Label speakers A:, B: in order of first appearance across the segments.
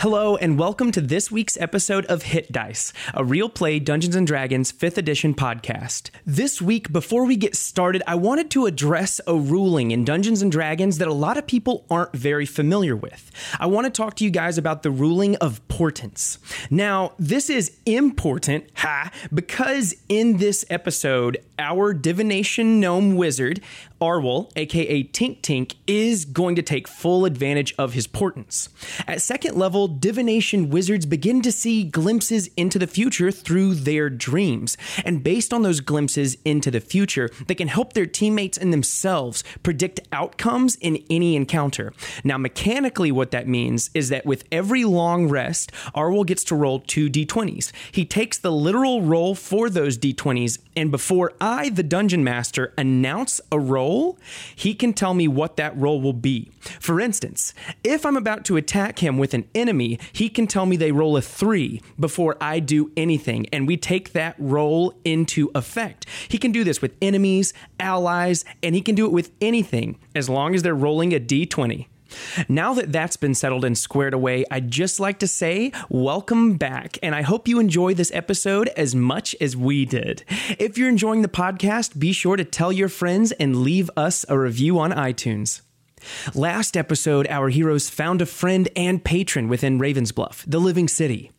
A: Hello, and welcome to this week's episode of Hit Dice, a real play Dungeons and Dragons 5th edition podcast. This week, before we get started, I wanted to address a ruling in Dungeons and Dragons that a lot of people aren't very familiar with. I want to talk to you guys about the ruling of portents. Now, this is important, ha, because in this episode, our divination gnome wizard, Arwol, aka Tink Tink, is going to take full advantage of his portents. At second level, divination wizards begin to see glimpses into the future through their dreams. And based on those glimpses into the future, they can help their teammates and themselves predict outcomes in any encounter. Now, mechanically, what that means is that with every long rest, Arwol gets to roll two d20s. He takes the literal roll for those d20s, and before I, the dungeon master, announce a roll, he can tell me what that roll will be. For instance, if I'm about to attack him with an enemy, he can tell me they roll a three before I do anything, and we take that roll into effect. He can do this with enemies, allies, and he can do it with anything as long as they're rolling a d20. Now that that's been settled and squared away, I'd just like to say welcome back, and I hope you enjoy this episode as much as we did. If you're enjoying the podcast, be sure to tell your friends and leave us a review on iTunes. Last episode, our heroes found a friend and patron within Ravensbluff, the living city.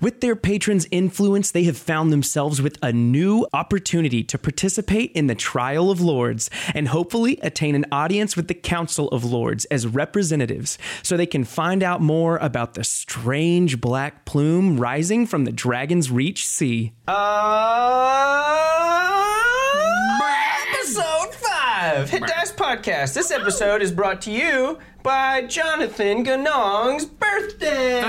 A: With their patrons' influence, they have found themselves with a new opportunity to participate in the Trial of Lords and hopefully attain an audience with the Council of Lords as representatives so they can find out more about the strange black plume rising from the Dragon's Reach Sea.
B: Uh, Episode 5 Hit Dice Podcast. This episode is brought to you by Jonathan Ganong's birthday.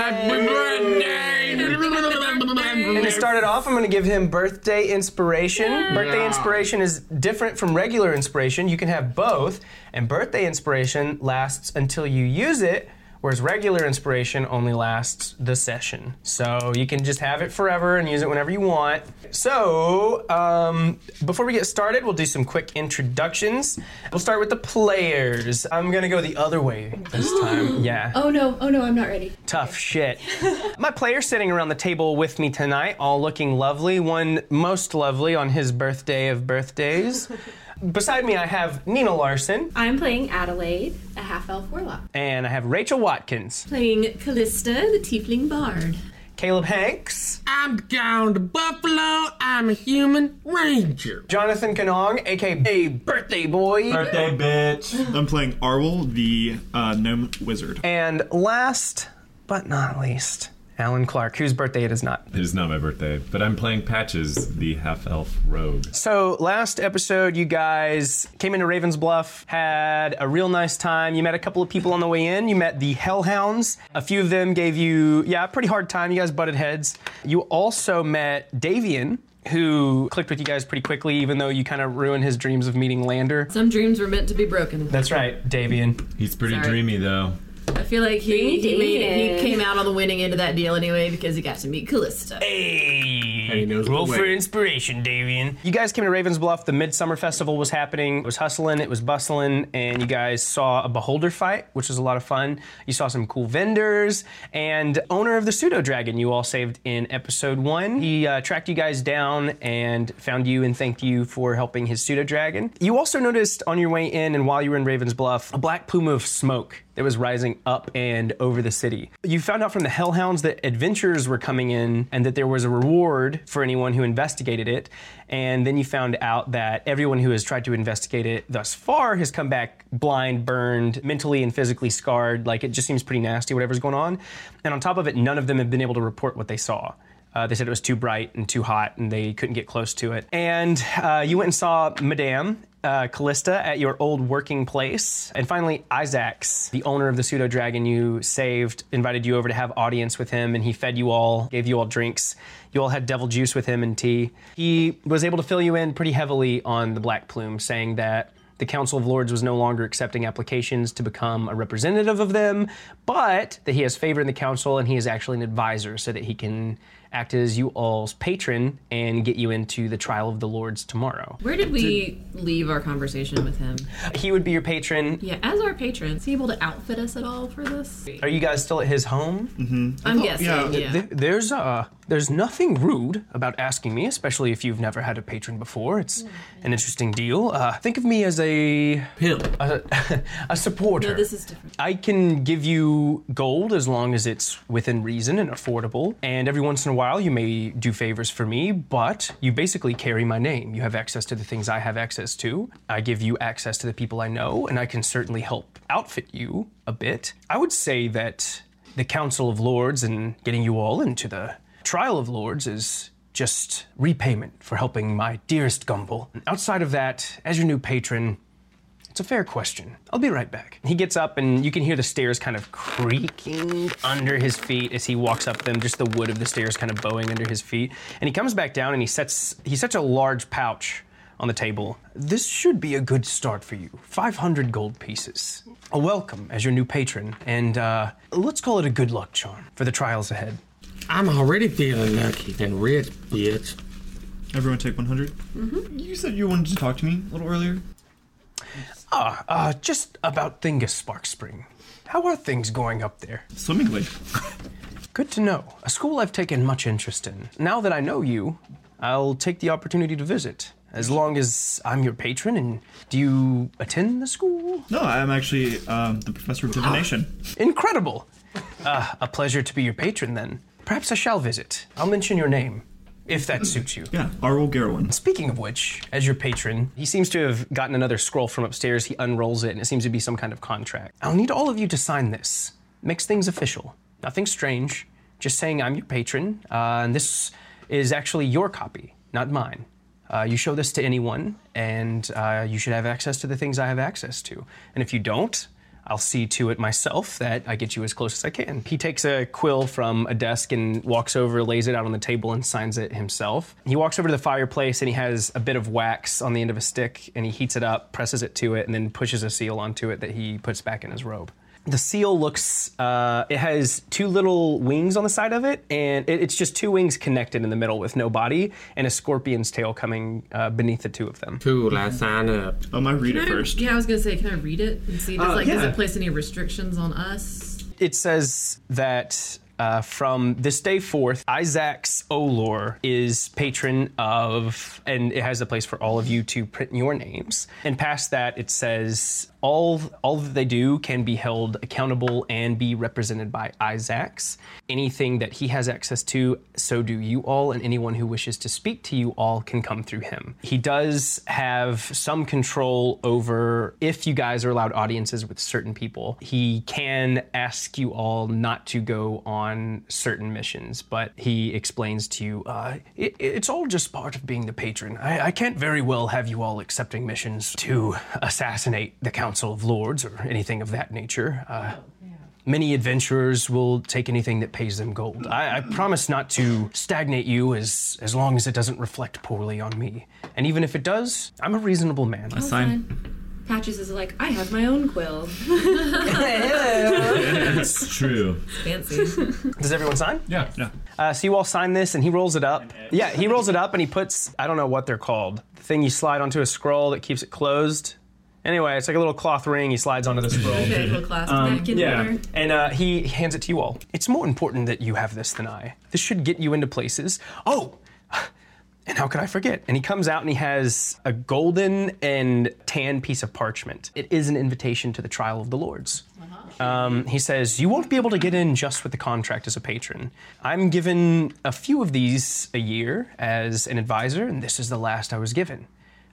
B: And to start it off, I'm going to give him birthday inspiration. Birthday inspiration is different from regular inspiration. You can have both, and birthday inspiration lasts until you use it, whereas regular inspiration only lasts the session. So you can just have it forever and use it whenever you want. So um, before we get started, we'll do some quick introductions. We'll start with the players. I'm going to go the other way this time. Yeah
C: Oh no, oh no, I'm not ready.
B: tough shit. My players sitting around the table with me tonight, all looking lovely, one most lovely on his birthday of birthdays. Beside me, I have Nina Larson,
C: I'm playing Adelaide, a half elf warlock.
B: and I have Rachel Watkins,
C: Playing Callista, the tiefling bard.
B: Caleb Hanks,
D: I'm down to Buffalo. I'm a human ranger.
B: Jonathan Kanong, aka Birthday Boy.
E: Birthday, bitch. I'm playing Arwol, the uh, gnome wizard.
B: And last but not least, Alan Clark, whose birthday it is not.
F: It is not my birthday, but I'm playing Patches, the half elf rogue.
B: So last episode, you guys came into Ravensbluff, had a real nice time. You met a couple of people on the way in. You met the Hellhounds. A few of them gave you, yeah, a pretty hard time. You guys butted heads. You also met Davian, who clicked with you guys pretty quickly, even though you kind of ruined his dreams of meeting Lander.
G: Some dreams were meant to be broken.
B: That's right, Davian.
F: He's pretty
G: Sorry.
F: dreamy, though.
G: I feel like he, he made it.
C: David.
G: He came out on the winning end of that deal anyway because he got to meet Callista.
B: Hey.
D: he knows
B: Roll
D: the way.
B: for inspiration, Davian. You guys came to Ravensbluff. The Midsummer Festival was happening. It was hustling. It was bustling. And you guys saw a beholder fight, which was a lot of fun. You saw some cool vendors. And owner of the pseudo dragon you all saved in episode one. He uh, tracked you guys down and found you and thanked you for helping his pseudo dragon. You also noticed on your way in and while you were in Ravensbluff a black plume of smoke that was rising up and over the city. You found out from the Hellhounds that adventurers were coming in and that there was a reward for anyone who investigated it. And then you found out that everyone who has tried to investigate it thus far has come back blind, burned, mentally and physically scarred. Like it just seems pretty nasty, whatever's going on. And on top of it, none of them have been able to report what they saw. Uh, they said it was too bright and too hot, and they couldn't get close to it. And uh, you went and saw Madame uh, Callista at your old working place. And finally, Isaacs, the owner of the pseudo dragon you saved, invited you over to have audience with him, and he fed you all, gave you all drinks. You all had devil juice with him and tea. He was able to fill you in pretty heavily on the Black Plume, saying that The Council of Lords was no longer accepting applications to become a representative of them, but that he has favor in the council and he is actually an advisor so that he can act as you all's patron and get you into the trial of the lords tomorrow.
G: Where did we leave our conversation with him?
B: He would be your patron.
G: Yeah, as our patron, is he able to outfit us at all for this?
B: Are you guys still at his home?
G: I'm guessing. Yeah.
B: Th- There's uh, there's nothing rude about asking me, especially if you've never had a patron before. It's an interesting deal. Uh, think of me as a
D: Pill.
B: a, a supporter.
G: No, this is different.
B: I can give you gold as long as it's within reason and affordable. And every once in a while, you may do favors for me, but you basically carry my name. You have access to the things I have access to. I give you access to the people I know, and I can certainly help outfit you a bit. I would say that the Council of Lords and getting you all into the Trial of Lords is just repayment for helping my dearest Gumbel. Outside of that, as your new patron, it's a fair question. I'll be right back. He gets up, and you can hear the stairs kind of creaking under his feet as he walks up them. Just the wood of the stairs kind of bowing under his feet. And he comes back down, and he sets he sets a large pouch on the table. This should be a good start for you. Five hundred gold pieces. A welcome as your new patron, and uh, let's call it a good luck charm for the trials ahead.
D: I'm already feeling lucky and rich, bitch.
E: Everyone take 100. Mm-hmm. You said you wanted to talk to me a little earlier.
B: Ah, uh, just about Thingus Spark Spring. How are things going up there?
E: Swimmingly.
B: Good to know. A school I've taken much interest in. Now that I know you, I'll take the opportunity to visit. As long as I'm your patron, and do you attend the school?
E: No, I'm actually um, the professor of divination.
B: Incredible! Uh, a pleasure to be your patron, then. Perhaps I shall visit. I'll mention your name, if that suits you.
E: yeah, Arwol Garowin.
B: Speaking of which, as your patron, he seems to have gotten another scroll from upstairs. He unrolls it, and it seems to be some kind of contract. I'll need all of you to sign this. Makes things official. Nothing strange. Just saying I'm your patron, uh, and this is actually your copy, not mine. Uh, you show this to anyone, and uh, you should have access to the things I have access to. And if you don't, I'll see to it myself that I get you as close as I can. He takes a quill from a desk and walks over, lays it out on the table, and signs it himself. He walks over to the fireplace and he has a bit of wax on the end of a stick and he heats it up, presses it to it, and then pushes a seal onto it that he puts back in his robe. The seal looks, uh, it has two little wings on the side of it, and it, it's just two wings connected in the middle with no body, and a scorpion's tail coming uh, beneath the two of them.
D: Cool, I sign up.
E: Um, I read it
G: Can I-
E: first.
G: Yeah, I was gonna say, can I read it and see? Does like, does
E: yeah.
G: it place any restrictions on us?
B: it says that uh, from this day forth, Isaac's Olor is patron of, and it has a place for all of you to print your names. And past that, it says all all that they do can be held accountable and be represented by Isaac's. Anything that he has access to, so do you all, and anyone who wishes to speak to you all can come through him. He does have some control over if you guys are allowed audiences with certain people. He can ask you all not to go on certain missions, but he explains to you uh, it, it's all just part of being the patron. I, I can't very well have you all accepting missions to assassinate the Council of Lords or anything of that nature. Uh, Many adventurers will take anything that pays them gold. I, I promise not to stagnate you as, as long as it doesn't reflect poorly on me. And even if it does, I'm a reasonable man.
E: Sign.
C: Patches is like, I have my own quill.
F: It's true.
G: Fancy.
B: Does everyone sign?
F: Yeah.
E: Yeah.
B: Uh, so you all sign this, and he rolls it up. Yeah, he rolls it up, and he puts I don't know what they're called. The thing you slide onto a scroll that keeps it closed. Anyway, it's like a little cloth ring. He slides onto the scroll.
G: Okay, we'll class back in
H: Mm-hmm.
G: there.
B: And uh, he hands it to you all. It's more important that you have this than I. This should get you into places. Oh, and how could I forget? And he comes out and he has a golden and tan piece of parchment. It is an invitation to the trial of the lords. Um, he says, You won't be able to get in just with the contract as a patron. I'm given a few of these a year as an advisor, and this is the last I was given.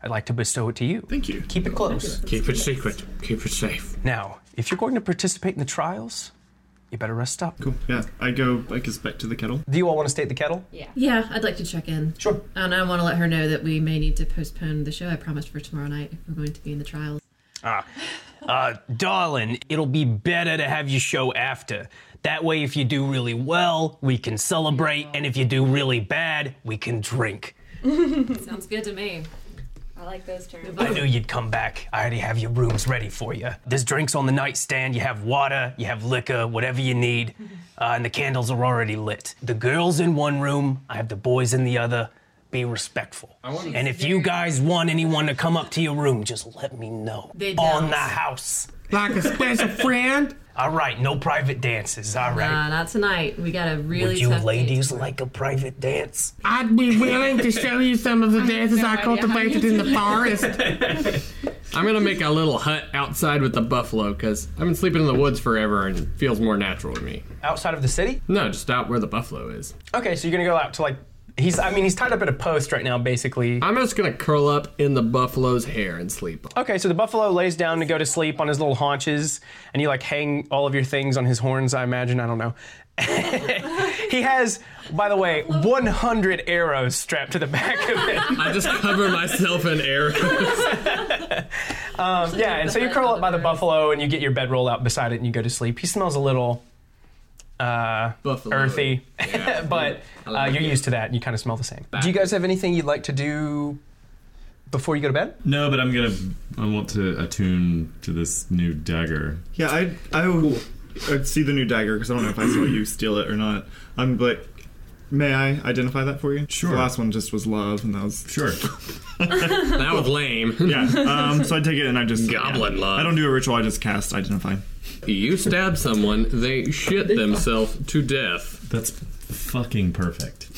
B: I'd like to bestow it to you.
E: Thank you.
B: Keep it close.
D: Keep it secret. Keep it safe.
B: Now, if you're going to participate in the trials, you better rest up.
E: Cool. Yeah, I go, I guess, back to the kettle.
B: Do you all want to stay at the kettle?
G: Yeah, I'd like to check in.
B: Sure.
G: And I want to let her know that we may need to postpone the show I promised for tomorrow night if we're going to be in the trials.
B: Uh, darling, it'll be better to have your show after. That way, if you do really well, we can celebrate, and if you do really bad, we can drink.
G: Sounds good to me.
C: I like those terms.
B: I knew you'd come back. I already have your rooms ready for you. There's drinks on the nightstand. You have water, you have liquor, whatever you need, uh, and the candles are already lit. The girls in one room. I have the boys in the other. Be respectful. And if you guys want anyone to come up to your room, just let me know.
G: They
B: on
G: don't.
B: the house.
D: Like a special friend?
B: All right, no private dances. All right.
G: Nah, Uh, not tonight. We got a really
B: Would you
G: tough date
B: ladies
G: tomorrow.
B: like a private dance?
D: I'd be willing to show you some of the dances I
C: idea how
D: cultivated
C: you
D: in the
C: do
D: forest.
I: I'm gonna make a little hut outside with the buffalo because I've been sleeping in the woods forever and it feels more natural to me.
B: Outside of the city?
I: No, just out where the buffalo is.
B: Okay, so you're gonna go out to like. He's. I mean, he's tied up at a post right now, basically.
I: I'm just gonna curl up in the buffalo's hair and sleep.
B: Okay, so the buffalo lays down to go to sleep on his little haunches, and you like hang all of your things on his horns, I imagine. I don't know. he has, by the way, 100 arrows strapped to the back of him.
I: I just cover myself in arrows.
B: yeah, and so you curl up by the buffalo and you get your bedroll out beside it and you go to sleep. He smells a little uh,
I: buffalo.
B: earthy,
I: Yeah.
B: but
I: I
B: uh,
I: like
B: you're
I: it.
B: used to that and you kind of smell the same. Do you guys have anything you'd like to do before you go to bed?
F: No, but I'm gonna. I want to attune to this new dagger.
E: Yeah, I I would I'd see the new dagger because I don't know if I saw you steal it or not. I'm like, may I identify that for you?
F: Sure.
E: The last one just was love, and that was
F: Sure.
I: That was lame.
E: yeah. Um, so I take it and I just
I: Goblin
E: yeah.
I: love.
E: I don't do a ritual. I just cast identify.
I: You stab someone, they shit themselves to death.
F: That's fucking perfect.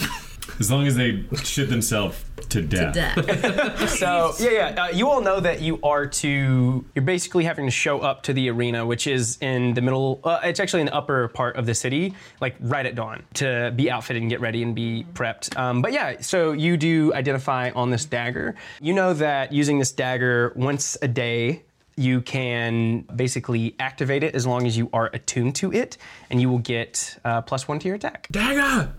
F: As long as they shit themselves to death.
G: Death.
B: So yeah, yeah. Uh, you all know that you are to. You're basically having to show up to the arena, which is in the middle. Uh, it's actually in the upper part of the city, like right at dawn, to be outfitted and get ready and be prepped. Um, but yeah, so you do identify on this dagger. You know that using this dagger once a day. You can basically activate it as long as you are attuned to it, and you will get uh, plus one to your attack.
I: Dagger!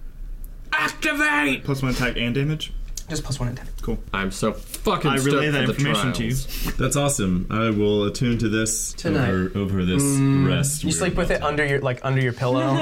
I: Activate!
E: Plus one attack and damage.
B: Just plus one attack.
I: I'm so fucking
E: I relay
I: stoked
E: that
I: for the
E: information to you.
I: trials.
F: That's awesome. I will attune to this
B: Tonight. Mm.
F: over, over this rest.
B: You sleep with it under your like under your pillow.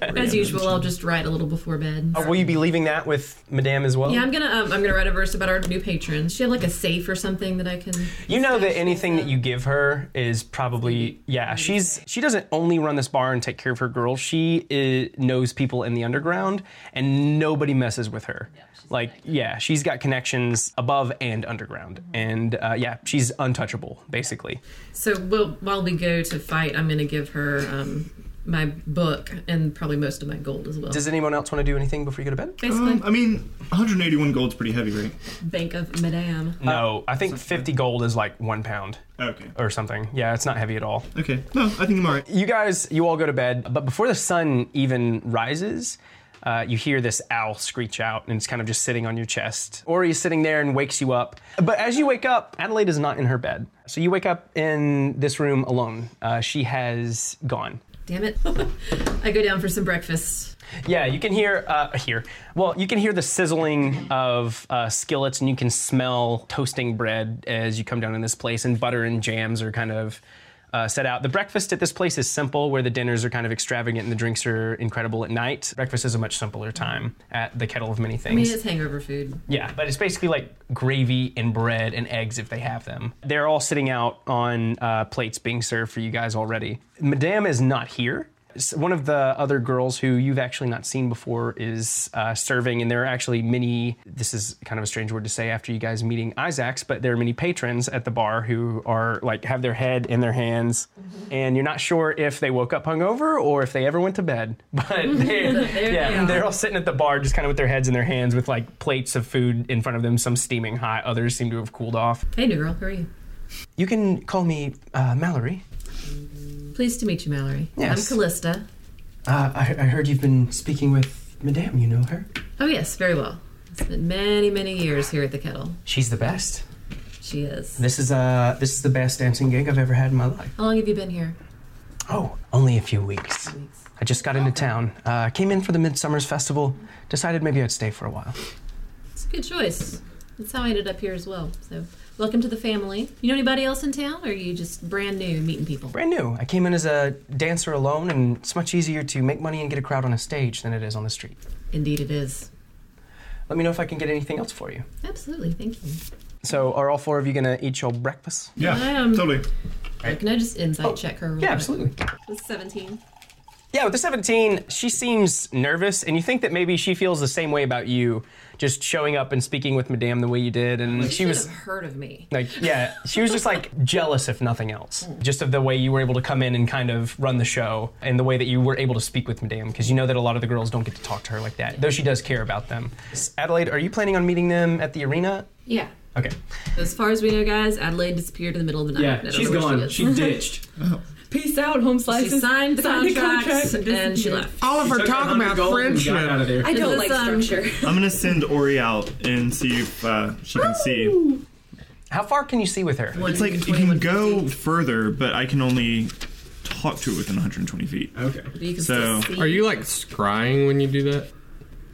G: As usual, I'll just write a little before bed.
B: Uh, Will you be leaving that with Madame as well?
G: Yeah, I'm gonna um, I'm gonna write a verse about our new patrons. She have like a safe or something that I can.
B: You know that anything that you give her is probably yeah. She's she doesn't only run this bar and take care of her girls. She i knows people in the underground, and nobody messes with her. like yeah, she's got connections above and underground, and uh, yeah, she's untouchable basically.
G: So we'll, while we go to fight, I'm gonna give her um, my book and probably most of my gold as well.
B: Does anyone else want to do anything before you go to bed?
G: Basically,
E: Um, I mean, 181 gold's pretty heavy, right?
G: Bank of Madame.
B: No, I think fifty gold is like one pound
E: Okay.
B: or something. Yeah, it's not heavy at all.
E: Okay. No, I think I'm alright.
B: you guys, you all go to bed, but before the sun even rises, uh, you hear this owl screech out, and it's kind of just sitting on your chest. Ori is sitting there and wakes you up. But as you wake up, Adelaide is not in her bed. So you wake up in this room alone. Uh, she has gone.
G: Damn it! I go down for some breakfast.
B: Yeah, you can hear uh, here. Well, you can hear the sizzling of uh, skillets, and you can smell toasting bread as you come down in this place. And butter and jams are kind of uh, set out. The breakfast at this place is simple, where the dinners are kind of extravagant and the drinks are incredible at night. Breakfast is a much simpler time at the Kettle of Many
G: I mean,
B: Things.
G: it's hangover food.
B: Yeah, but it's basically like gravy and bread and eggs if they have them. They're all sitting out on uh, plates being served for you guys already. Madame is not here. S- One of the other girls who you've actually not seen before is uh, serving, and there are actually many. This is kind of a strange word to say after you guys meeting Isaac's, but there are many patrons at the bar who are like have their head in their hands, and you're not sure if they woke up hungover or if they ever went to bed. But they, yeah,
G: they are.
B: they're all sitting at the bar, just kind of with their heads in their hands, with like plates of food in front of them. Some steaming hot, others seem to have cooled off.
G: Hey, new girl, how are you?
B: You can call me uh, Mallory.
G: Pleased to meet you, Mallory.
B: Yes.
G: I'm Callista.
B: Uh, I, I heard you've been speaking with Madame. You know her.
G: Oh yes, very well. Spent many many years here at the kettle.
B: She's the best.
G: She is.
B: This is uh, this is the best dancing gig I've ever had in my life.
G: How long have you been here?
B: Oh, only a few weeks. I just got into town. Uh, came in for the Midsummer's Festival. Decided maybe I'd stay for a while.
G: It's a good choice. That's how I ended up here as well. So, welcome to the family. You know anybody else in town, or are you just brand new meeting people?
B: Brand new. I came in as a dancer alone, and it's much easier to make money and get a crowd on a stage than it is on the street.
G: Indeed, it is.
B: let me know if I can get anything else for you.
G: Absolutely, thank you.
B: So, are all four of you gonna eat your breakfast?
E: Yeah,
G: I am-
E: totally.
G: Can I just insight
E: Oh,
G: check her? real
B: Yeah,
G: quick?
B: absolutely.
G: It's 17.
B: Yeah, with the 17, she seems nervous, and you think that maybe she feels the same way about you, just showing up and speaking with Madame the way you did, and she
G: should
B: was.
G: have heard of me.
B: Like, yeah, she was just like jealous, if nothing else, just of the way you were able to come in and kind of run the show and the way that you were able to speak with Madame, because you know that a lot of the girls don't get to talk to her like that, though she does care about them. Adelaide, are you planning on meeting them at the arena?
G: Yeah.
B: Okay.
G: As far as we know, guys, Adelaide disappeared in the middle of the night. I
J: Yeah,
G: don't
J: she's
G: know where
J: gone.
G: is.
J: She ditched.
H: Peace out, home
G: She
H: slices.
G: signed the
H: Signed the
G: contracts
H: contract and
G: and, she
H: disappeared.
G: left.
D: Oliver,
J: Took
D: talk
J: a hundred
D: about
J: gold and
D: friendship.
J: Got out of there.
H: I don't
G: Is
H: like
G: this, um,
H: structure.
E: I'm gonna send Ori out and see if uh, she can see.
B: How far can you see with her?
E: Oh, It's like you can go further, but I can only talk to it within 120 feet.
J: Okay.
G: You can
E: So-
G: still see.
I: Are you like scrying when you do that?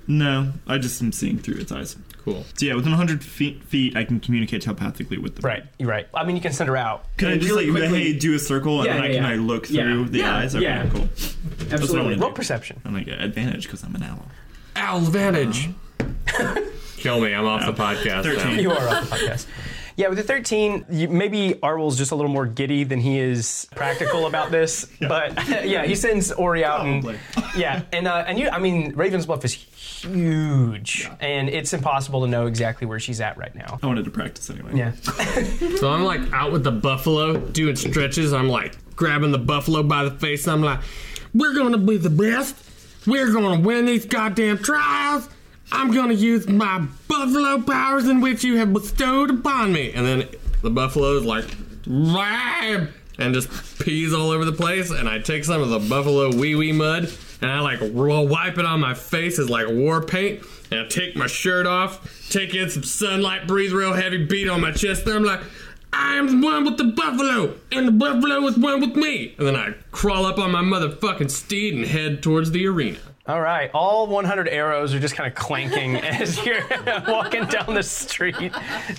E: No, I just am seeing through its eyes.
I: Cool.
E: So yeah, within 100 feet, feet I can communicate telepathically with them.
B: Right, you're right. I mean, you can send her out.
E: Can I
J: And
E: just
J: really
E: like
J: quickly-
E: hey do a circle and
J: Yeah,
E: then I
J: yeah,
E: can
J: yeah.
E: I look
J: Yeah.
E: through the
J: Yeah,
E: eyes? Okay,
J: yeah.
E: cool. That's what I
J: Absolutely.
E: want to
B: Roll
E: do.
B: perception.
E: And like advantage because I'm an owl.
I: Owl advantage. Uh-huh. Kill me. I'm off the podcast. now.
E: 13.
B: You are off the podcast. Yeah, with the 13, you, maybe Arwel's just a little more giddy than he is practical about this. But yeah, he sends Ori out
E: Probably.
B: and yeah, and uh, and you, I mean, Raven's Bluff is huge, and it's impossible to know exactly where she's at right now.
E: I
F: Oh,
E: wanted to practice anyway.
B: Yeah,
I: So I'm like out with the buffalo doing stretches. I'm like grabbing the buffalo by the face. I'm like, we're gonna be the best. We're gonna win these goddamn trials. I'm gonna use my buffalo powers in which you have bestowed upon me. And then the buffalo is like, "Ram!" and just pees all over the place. And I take some of the buffalo wee wee mud and I like ro- wipe it on my face as like war paint. And I take my shirt off, take in some sunlight, breathe real heavy, beat on my chest. And I'm like, I am one with the buffalo, and the buffalo is one with me. And then I crawl up on my motherfucking steed and head towards the arena.
B: all right. All 100 arrows are just kind of clanking as you're walking down the street.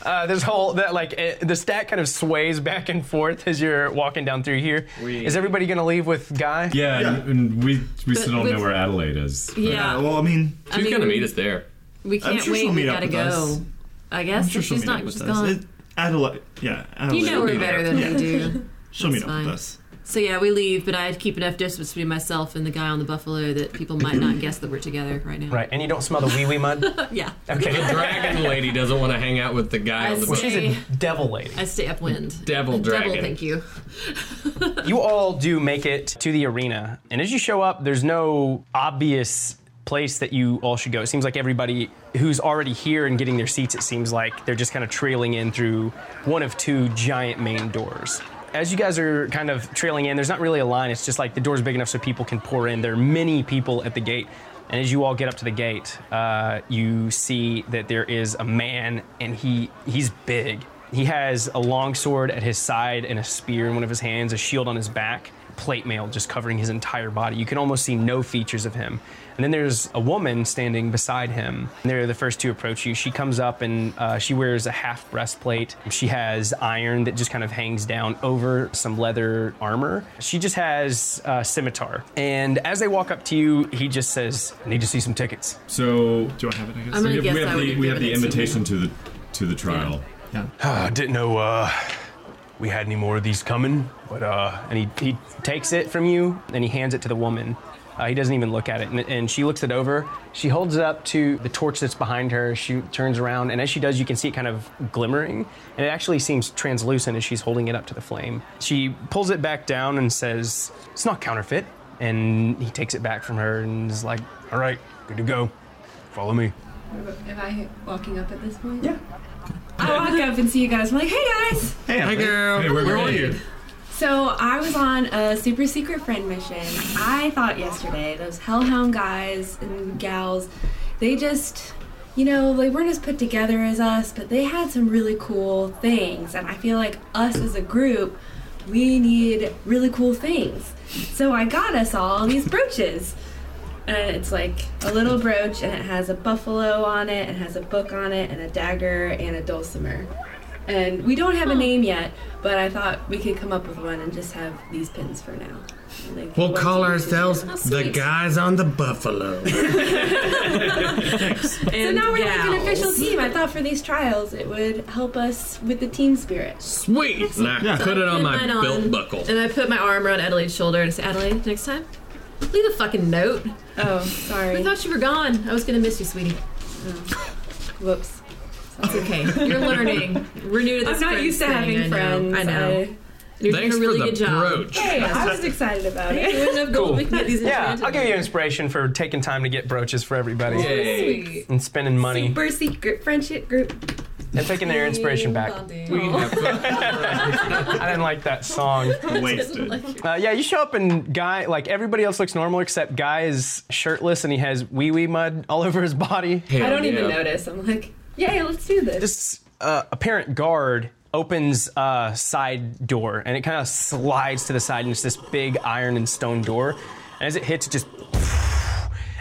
B: Uh, this whole that like eh, the stack kind of sways back and forth as you're walking down through here. Is everybody gonna leave with Guy?
F: Yeah, And, and we we still don't
G: But-
F: know where Adelaide is.
G: Yeah.
E: Uh, well, I mean,
I: She's
G: mean-
I: gonna meet us there.
G: we can't
E: sure
G: wait.
E: she'll
G: We
E: meet up
G: gotta
E: with
G: go.
E: us.
G: I guess
E: I'm sure
G: if
E: she'll
G: she's
E: meet
G: not,
E: up with
G: she's
E: us.
G: gone.
E: It- Adelaide, yeah, Adelaide.
G: you know
E: will
G: her
E: meet
G: better
E: up.
G: than
E: yeah,
G: we do.
E: She'll meet up
G: fine.
E: with us.
G: So yeah, we leave, but I keep enough distance between myself and the guy on the buffalo that people might not guess that we're together right now.
B: Right, and you don't smell the wee wee mud.
G: Yeah.
B: Okay.
I: Dragon lady doesn't want to hang out with the guy on the
G: Well,
I: boat.
B: She's a devil lady.
G: I stay upwind.
I: Devil
G: Devil,
I: dragon.
G: thank you.
B: You all do make it to the arena, and as you show up, there's no obvious place that you all should go. It seems like everybody who's already here and getting their seats, it seems like they're just kind of trailing in through one of two giant main doors. As you guys are kind of trailing in, there's not really a line. It's just like the door's big enough so people can pour in. There are many people at the gate. And as you all get up to the gate, uh, you see that there is a man, and he he's big. He has a long sword at his side and a spear in one of his hands, a shield on his back, plate mail just covering his entire body. You can almost see no features of him. And then there's a woman standing beside him. They're the first to approach you. She comes up and uh, she wears a half breastplate. She has iron that just kind of hangs down over some leather armor. She just has a scimitar. And as they walk up to you, he just says, I need to see some tickets.
F: So
E: Do I have it? I guess.
G: I'm gonna
F: we have,
G: guess
F: we
G: I
F: have
G: would
F: the
G: have
F: we have
G: given
F: the
G: it to
F: invitation to the to the trial.
B: I didn't know uh, we had any more of these coming, but uh, and he, he takes it from you and he hands it to the woman. Uh, he doesn't even look at it, and, and she looks it over. She holds it up to the torch that's behind her. She turns around, and as she does, you can see it kind of glimmering, and it actually seems translucent as she's holding it up to the flame. She pulls it back down and says, "It's not counterfeit." And he takes it back from her and is like, "All right, good to go. Follow me."
H: Am I walking up at this point? Yeah. I walk up and see you guys. I'm like, hey guys.
I: Hey girl,
F: where- where are
I: you?
H: So I was on a super secret friend mission. I thought yesterday those hellhound guys and gals, they just, you know, they weren't as put together as us, but they had some really cool things, and I feel like us as a group, we need really cool things. So I got us all these brooches. And it's like a little brooch, and it has a buffalo on it, and has a book on it, and a dagger, and a dulcimer. And we don't have a name yet, but I thought we could come up with one and just have these pins for now. Like,
I: We'll
H: what
I: call
H: do you do?
I: ourselves
G: How
I: the
G: sweet.
I: guys on the buffalo.
H: So
G: And
H: now we're like an
G: gals.
H: official team. I thought for these trials it would help us with the team spirit.
I: Sweet.
F: Yeah.
I: Put it on
G: Put
I: my
G: mine on.
I: belt buckle.
G: And I put my arm around Adelaide's shoulder and say, Adelaide, next time, leave a fucking note.
H: Oh,
G: I
H: sorry.
G: thought you were gone. I was gonna miss you, sweetie.
H: Whoops.
G: It's okay. You're learning. We're new to this.
H: I'm not
G: friends
H: used to
G: thing,
H: having
G: I know.
H: friends.
G: I know. You're
I: Thanks
G: doing a really
I: for the
G: good job.
I: brooch.
H: I, hey, I was excited about
G: You
H: it.
G: wouldn't have
B: Cool.
G: gold. We got these
B: Yeah,
G: enchanted
B: I'll give you inspiration for taking time to get brooches for everybody
G: Sweet.
B: and spending money
H: Super secret friendship group.
B: and taking their inspiration back.
G: Bonding.
I: We can have fun.
B: I didn't like that song.
E: Wasted.
B: Uh, yeah, you show up and guy like everybody else looks normal except guy is shirtless and he has wee wee mud all over his body.
H: I don't even
I: Yeah.
H: notice. I'm like, yay, let's do this.
B: This uh, apparent guard opens a side door and it kind of slides to the side and it's this big iron and stone door. And as it hits, it just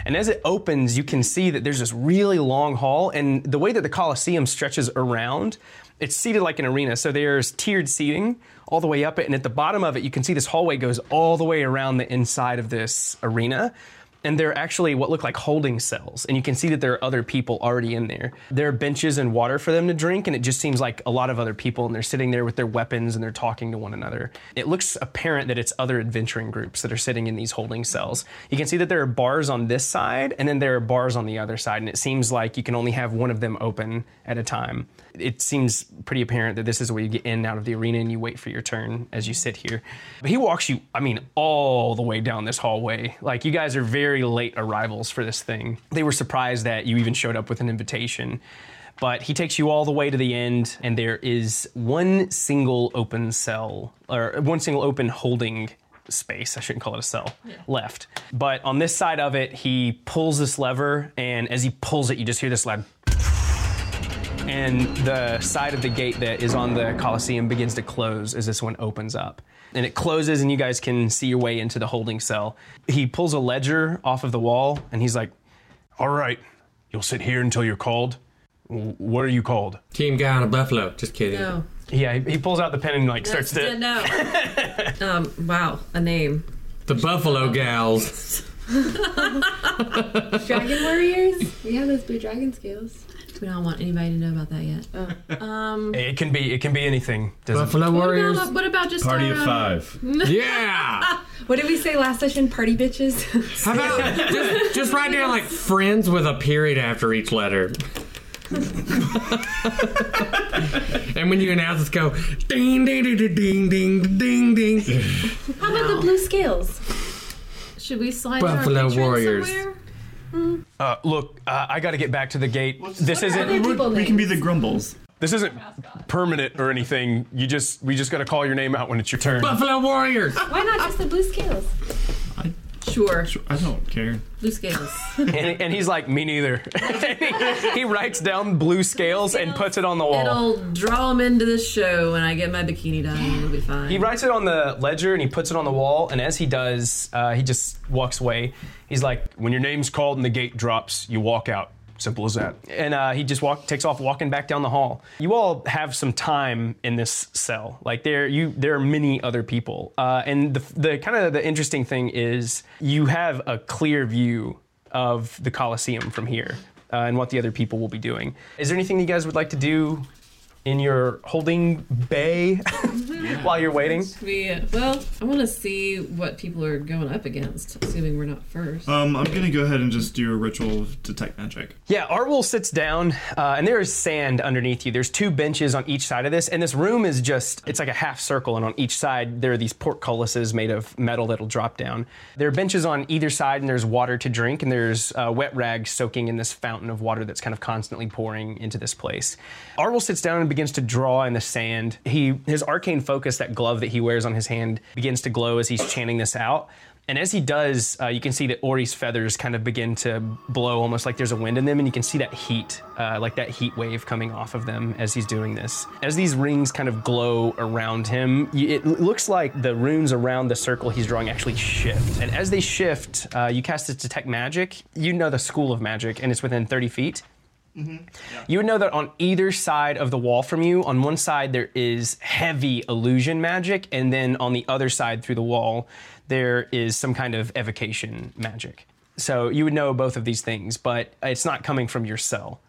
B: And as it opens, you can see that there's this really long hall, and the way that the Colosseum stretches around, it's seated like an arena. So there's tiered seating all the way up it, and at the bottom of it, you can see this hallway goes all the way around the inside of this arena. And they're actually what look like holding cells. And you can see that there are other people already in there. There are benches and water for them to drink, and it just seems like a lot of other people, and they're sitting there with their weapons and they're talking to one another. It looks apparent that it's other adventuring groups that are sitting in these holding cells. You can see that there are bars on this side, and then there are bars on the other side, and it seems like you can only have one of them open at a time. It seems pretty apparent that this is where you get in and out of the arena and you wait for your turn as you sit here. But he walks you, I mean, all the way down this hallway. Like, you guys are very late arrivals for this thing. They were surprised that you even showed up with an invitation but he takes you all the way to the end and there is one single open cell or one single open holding space i shouldn't call it a cell left but on this side of it he pulls this lever and as he pulls it you just hear this loud and the side of the gate that is on the Colosseum begins to close as this one opens up. And it closes, and you guys can see your way into the holding cell. He pulls a ledger off of the wall, and he's like, All right, you'll sit here until you're called. W- What are you called?
I: Team guy on a buffalo. Just kidding.
G: No.
B: Yeah, he, he pulls out the pen and like starts to.
G: No. um, wow, a name.
I: The buffalo gals.
H: Dragon warriors? We have those blue dragon scales.
G: We don't want anybody to know about that yet.
B: It can be. It can be anything. Doesn't-
I: Buffalo warriors.
G: What about, what about just
F: Party
G: our,
F: of
G: um,
F: five.
I: Yeah.
H: What did we say last session? Party bitches?
I: How about just, just write down like friends with a period after each letter. and when you announce it, go ding ding ding ding ding ding ding. ding.
H: How about the blue scales?
G: Should we slide
I: Buffalo
G: our picture in
I: Warriors.
G: somewhere?
B: Uh, look, uh, I got to get back to the gate. This
H: Other
B: isn't.
H: people
E: We can be the grumbles.
B: This isn't permanent or anything. You just. We just got to call your name out when it's your turn.
I: Buffalo warriors.
H: Why not just the blue scales?
G: Sure.
E: I don't care.
G: Blue scales.
B: And, and he's like, me neither. he writes down blue scales and puts it on the wall.
G: It'll draw them into this show when I get my bikini done. and It'll be fine.
B: He writes it on the ledger and he puts it on the wall. And as he does, uh, he just walks away. He's like, when your name's called and the gate drops, you walk out. Simple as that. And uh, he just walk, takes off walking back down the hall. You all have some time in this cell. Like there, you there are many other people. Uh, and the, the kind of the interesting thing is you have a clear view of the Colosseum from here uh, and what the other people will be doing. Is there anything that you guys would like to do in your holding bay while you're waiting?
G: We, uh, well, I want to see what people are going up against, assuming we're not first.
E: Um, I'm gonna go ahead and just do a ritual of detect magic.
B: Yeah, Arwol sits down, uh, and there is sand underneath you. There's two benches on each side of this, and this room is just, it's like a half circle, and on each side, there are these portcullises made of metal that'll drop down. There are benches on either side, and there's water to drink, and there's uh, wet rags soaking in this fountain of water that's kind of constantly pouring into this place. Arwol sits down and begins to draw in the sand. He, his arcane focus, that glove that he wears on his hand, begins to glow as he's chanting this out. And as he does, uh, you can see that Ori's feathers kind of begin to blow almost like there's a wind in them, and you can see that heat, uh, like that heat wave coming off of them as he's doing this. As these rings kind of glow around him, you, it l- looks like the runes around the circle he's drawing actually shift. And as they shift, uh, you cast this detect magic. You know the school of magic, and it's within 30 feet. You would know that on either side of the wall from you, on one side there is heavy illusion magic, and then on the other side through the wall, there is some kind of evocation magic. So you would know both of these things, but it's not coming from your cell.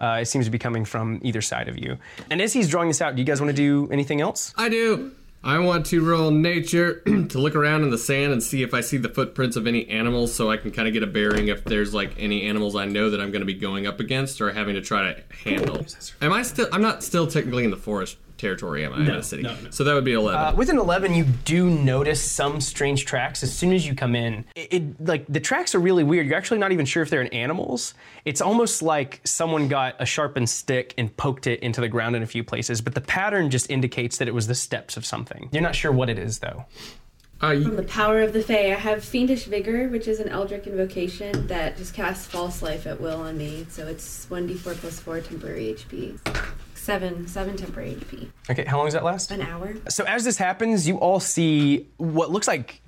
B: Uh, it seems to be coming from either side of you. And as he's drawing this out, do you guys want to do anything else?
I: I do. I want to roll nature to look around in the sand and see if I see the footprints of any animals so I can kind of get a bearing if there's like any animals I know that I'm going to be going up against or having to try to handle. Am I still I'm not still technically in the forest territory, am I? I'm in the city.
F: no, no.
I: So that would be 11.
B: Uh, with an 11 you do notice some strange tracks as soon as you come in it, it- like the tracks are really weird you're actually not even sure if they're in animals it's almost like someone got a sharpened stick and poked it into the ground in a few places but the pattern just indicates that it was the steps of something you're not sure what it is though
I: Uh,
H: From the power of the Fae, I have Fiendish Vigor, which is an Eldritch invocation that just casts False Life at will on me. So it's 1d4 plus 4 temporary HP. 7, 7 temporary HP.
B: okay how long does that last
H: An hour.
B: So as this happens, you all see what looks like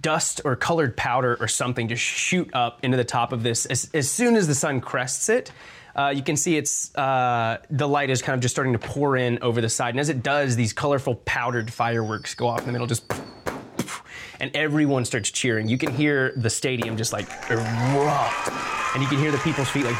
B: dust or colored powder or something just shoot up into the top of this. As, as soon as the sun crests it, uh, you can see it's uh, the light is kind of just starting to pour in over the side, and as it does, these colorful powdered fireworks go off in the middle, just. And everyone starts cheering. You can hear the stadium just like erupt, and you can hear the people's feet like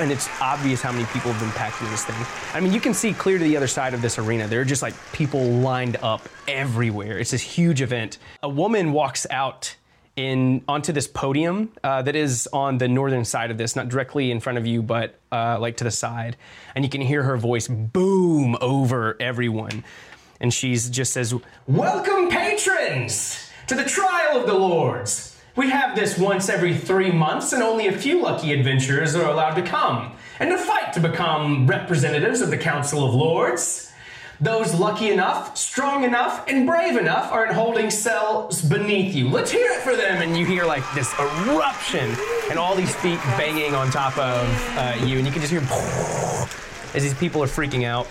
B: and it's obvious how many people have been packed into this thing. I mean, you can see clear to the other side of this arena. There are just like people lined up everywhere. It's this huge event. A woman walks out in onto this podium uh, that is on the northern side of this, not directly in front of you, but uh, like to the side, and you can hear her voice boom over everyone. And she's just says, "Welcome, patrons, to the trial of the lords." We have this once every three months, and only a few lucky adventurers are allowed to come and to fight to become representatives of the Council of Lords. Those lucky enough, strong enough, and brave enough are in holding cells beneath you. Let's hear it for them! And you hear like this eruption and all these feet banging on top of uh, you, and you can just hear as these people are freaking out.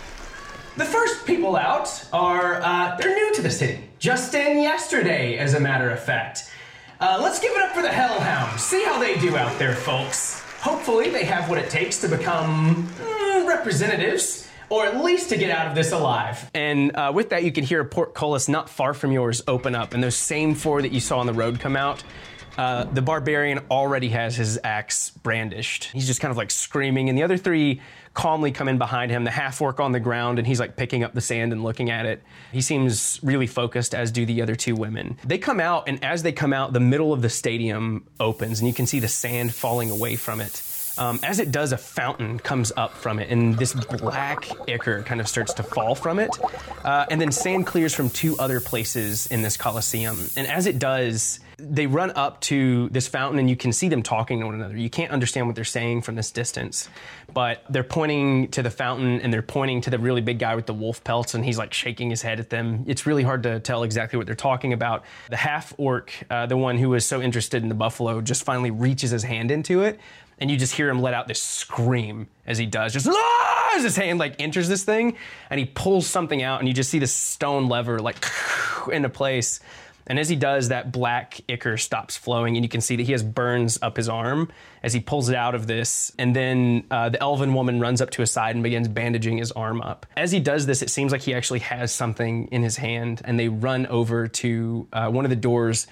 B: The first people out are, uh, they're new to the city. Just in yesterday, as a matter of fact. Uh, let's give it up for the Hellhounds. See how they do out there, folks. Hopefully, they have what it takes to become mm, representatives, or at least to get out of this alive. And uh, with that, you can hear a portcullis not far from yours open up, and those same four that you saw on the road come out. Uh, the barbarian already has his axe brandished. He's just kind of like screaming, and the other three calmly come in behind him. The half orc on the ground, and he's like picking up the sand and looking at it. He seems really focused, as do the other two women. They come out, and as they come out, the middle of the stadium opens, and you can see the sand falling away from it. Um, as it does, a fountain comes up from it, and this black ichor kind of starts to fall from it. Uh, and then sand clears from two other places in this coliseum. And as it does, they run up to this fountain, and you can see them talking to one another. You can't understand what they're saying from this distance, but they're pointing to the fountain and they're pointing to the really big guy with the wolf pelts, and he's like shaking his head at them. It's really hard to tell exactly what they're talking about. The half orc, uh, the one who was so interested in the buffalo, just finally reaches his hand into it and you just hear him let out this scream as he does, just "Ah!" as his hand like enters this thing, and he pulls something out, and you just see this stone lever like into place. And as he does, that black ichor stops flowing, and you can see that he has burns up his arm as he pulls it out of this. And then uh, the elven woman runs up to his side and begins bandaging his arm up. As he does this, it seems like he actually has something in his hand, and they run over to uh, one of the doors.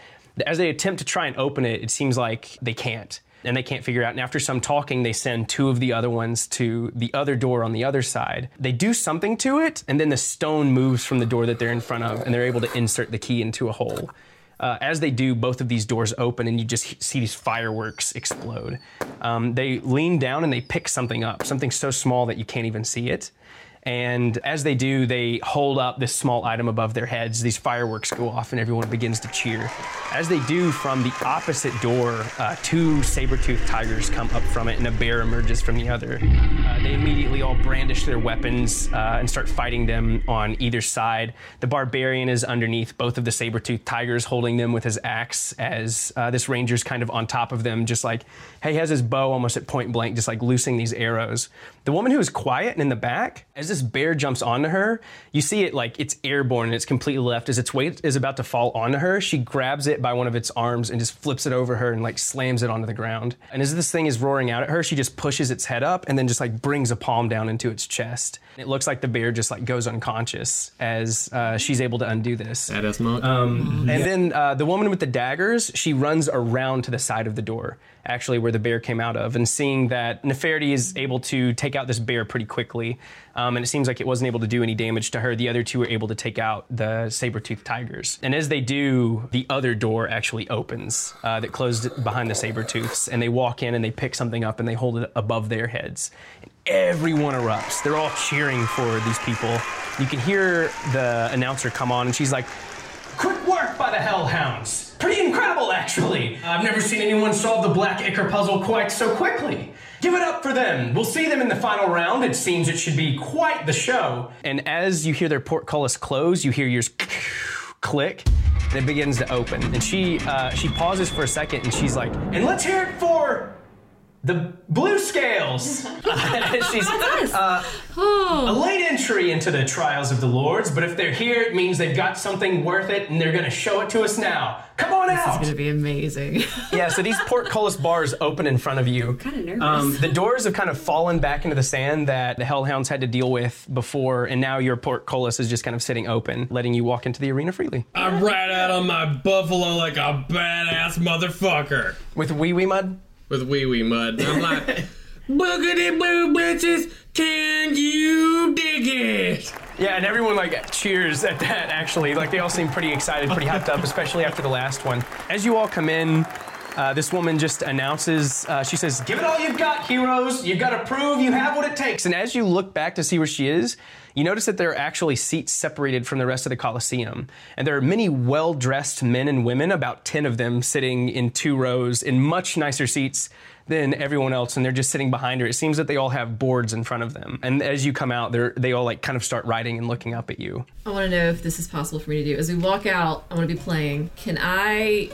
B: As they attempt to try and open it, it seems like they can't and they can't figure out. And after some talking, they send two of the other ones to the other door on the other side. They do something to it, and then the stone moves from the door that they're in front of, and they're able to insert the key into a hole. Uh, as they do, both of these doors open, and you just h- see these fireworks explode. Um, they lean down and they pick something up, something so small that you can't even see it. And as they do, they hold up this small item above their heads. These fireworks go off, and everyone begins to cheer. As they do, from the opposite door, uh, two saber-toothed tigers come up from it, and a bear emerges from the other. Uh, they immediately all brandish their weapons uh, and start fighting them on either side. The barbarian is underneath both of the saber-toothed tigers, holding them with his axe. As uh, this ranger's kind of on top of them, just like hey, he has his bow almost at point blank, just like loosing these arrows. The woman who is quiet and in the back, as this bear jumps onto her, you see it like it's airborne and it's completely left. As its weight is about to fall onto her, she grabs it by one of its arms and just flips it over her and like slams it onto the ground. And as this thing is roaring out at her, she just pushes its head up and then just like brings a palm down into its chest. It looks like the bear just like goes unconscious as uh, she's able to undo this.
I: Badass monk.
B: And then uh, the woman with the daggers, she runs around to the side of the door, actually where the bear came out of. And seeing that Nefertiti is able to take out this bear pretty quickly, um, and it seems like it wasn't able to do any damage to her, the other two were able to take out the saber-toothed tigers. And as they do, the other door actually opens uh, that closed behind the saber-tooths, and they walk in and they pick something up and they hold it above their heads. And everyone erupts. They're all cheering for these people. You can hear the announcer come on, and she's like, Quick work by the Hellhounds! Pretty incredible, actually. I've never seen anyone solve the Black Ichor puzzle quite so quickly. Give it up for them. We'll see them in the final round. It seems it should be quite the show. And as you hear their portcullis close, you hear yours click, and it begins to open. And she uh, she pauses for a second, and she's like, "And let's hear it for." The blue scales. And she's, uh, a late entry into the trials of the lords, but if they're here, it means they've got something worth it, and they're going to show it to us now. Come on out!
G: It'd be amazing.
B: yeah, so these portcullis bars open in front of you.
H: Kind of nervous.
B: Um, the doors have kind of fallen back into the sand that the hellhounds had to deal with before, and now your portcullis is just kind of sitting open, letting you walk into the arena freely.
I: I ride out on my buffalo like a badass motherfucker.
B: With wee wee mud,
I: with wee wee mud. And I'm like, boogity boo bitches, can you dig it?
B: Yeah, and everyone like cheers at that. Actually, like they all seem pretty excited, pretty hyped up, especially after the last one. As you all come in, uh, this woman just announces. Uh, she says, "Give it all you've got, heroes. You've got to prove you have what it takes." And as you look back to see where she is, you notice that there are actually seats separated from the rest of the Colosseum, and there are many well-dressed men and women, about ten of them, sitting in two rows in much nicer seats than everyone else and they're just sitting behind her. It seems that they all have boards in front of them. And as you come out, they're they all like kind of start writing and looking up at you.
G: I want to know if this is possible for me to do. As we walk out, I want to be playing. Can I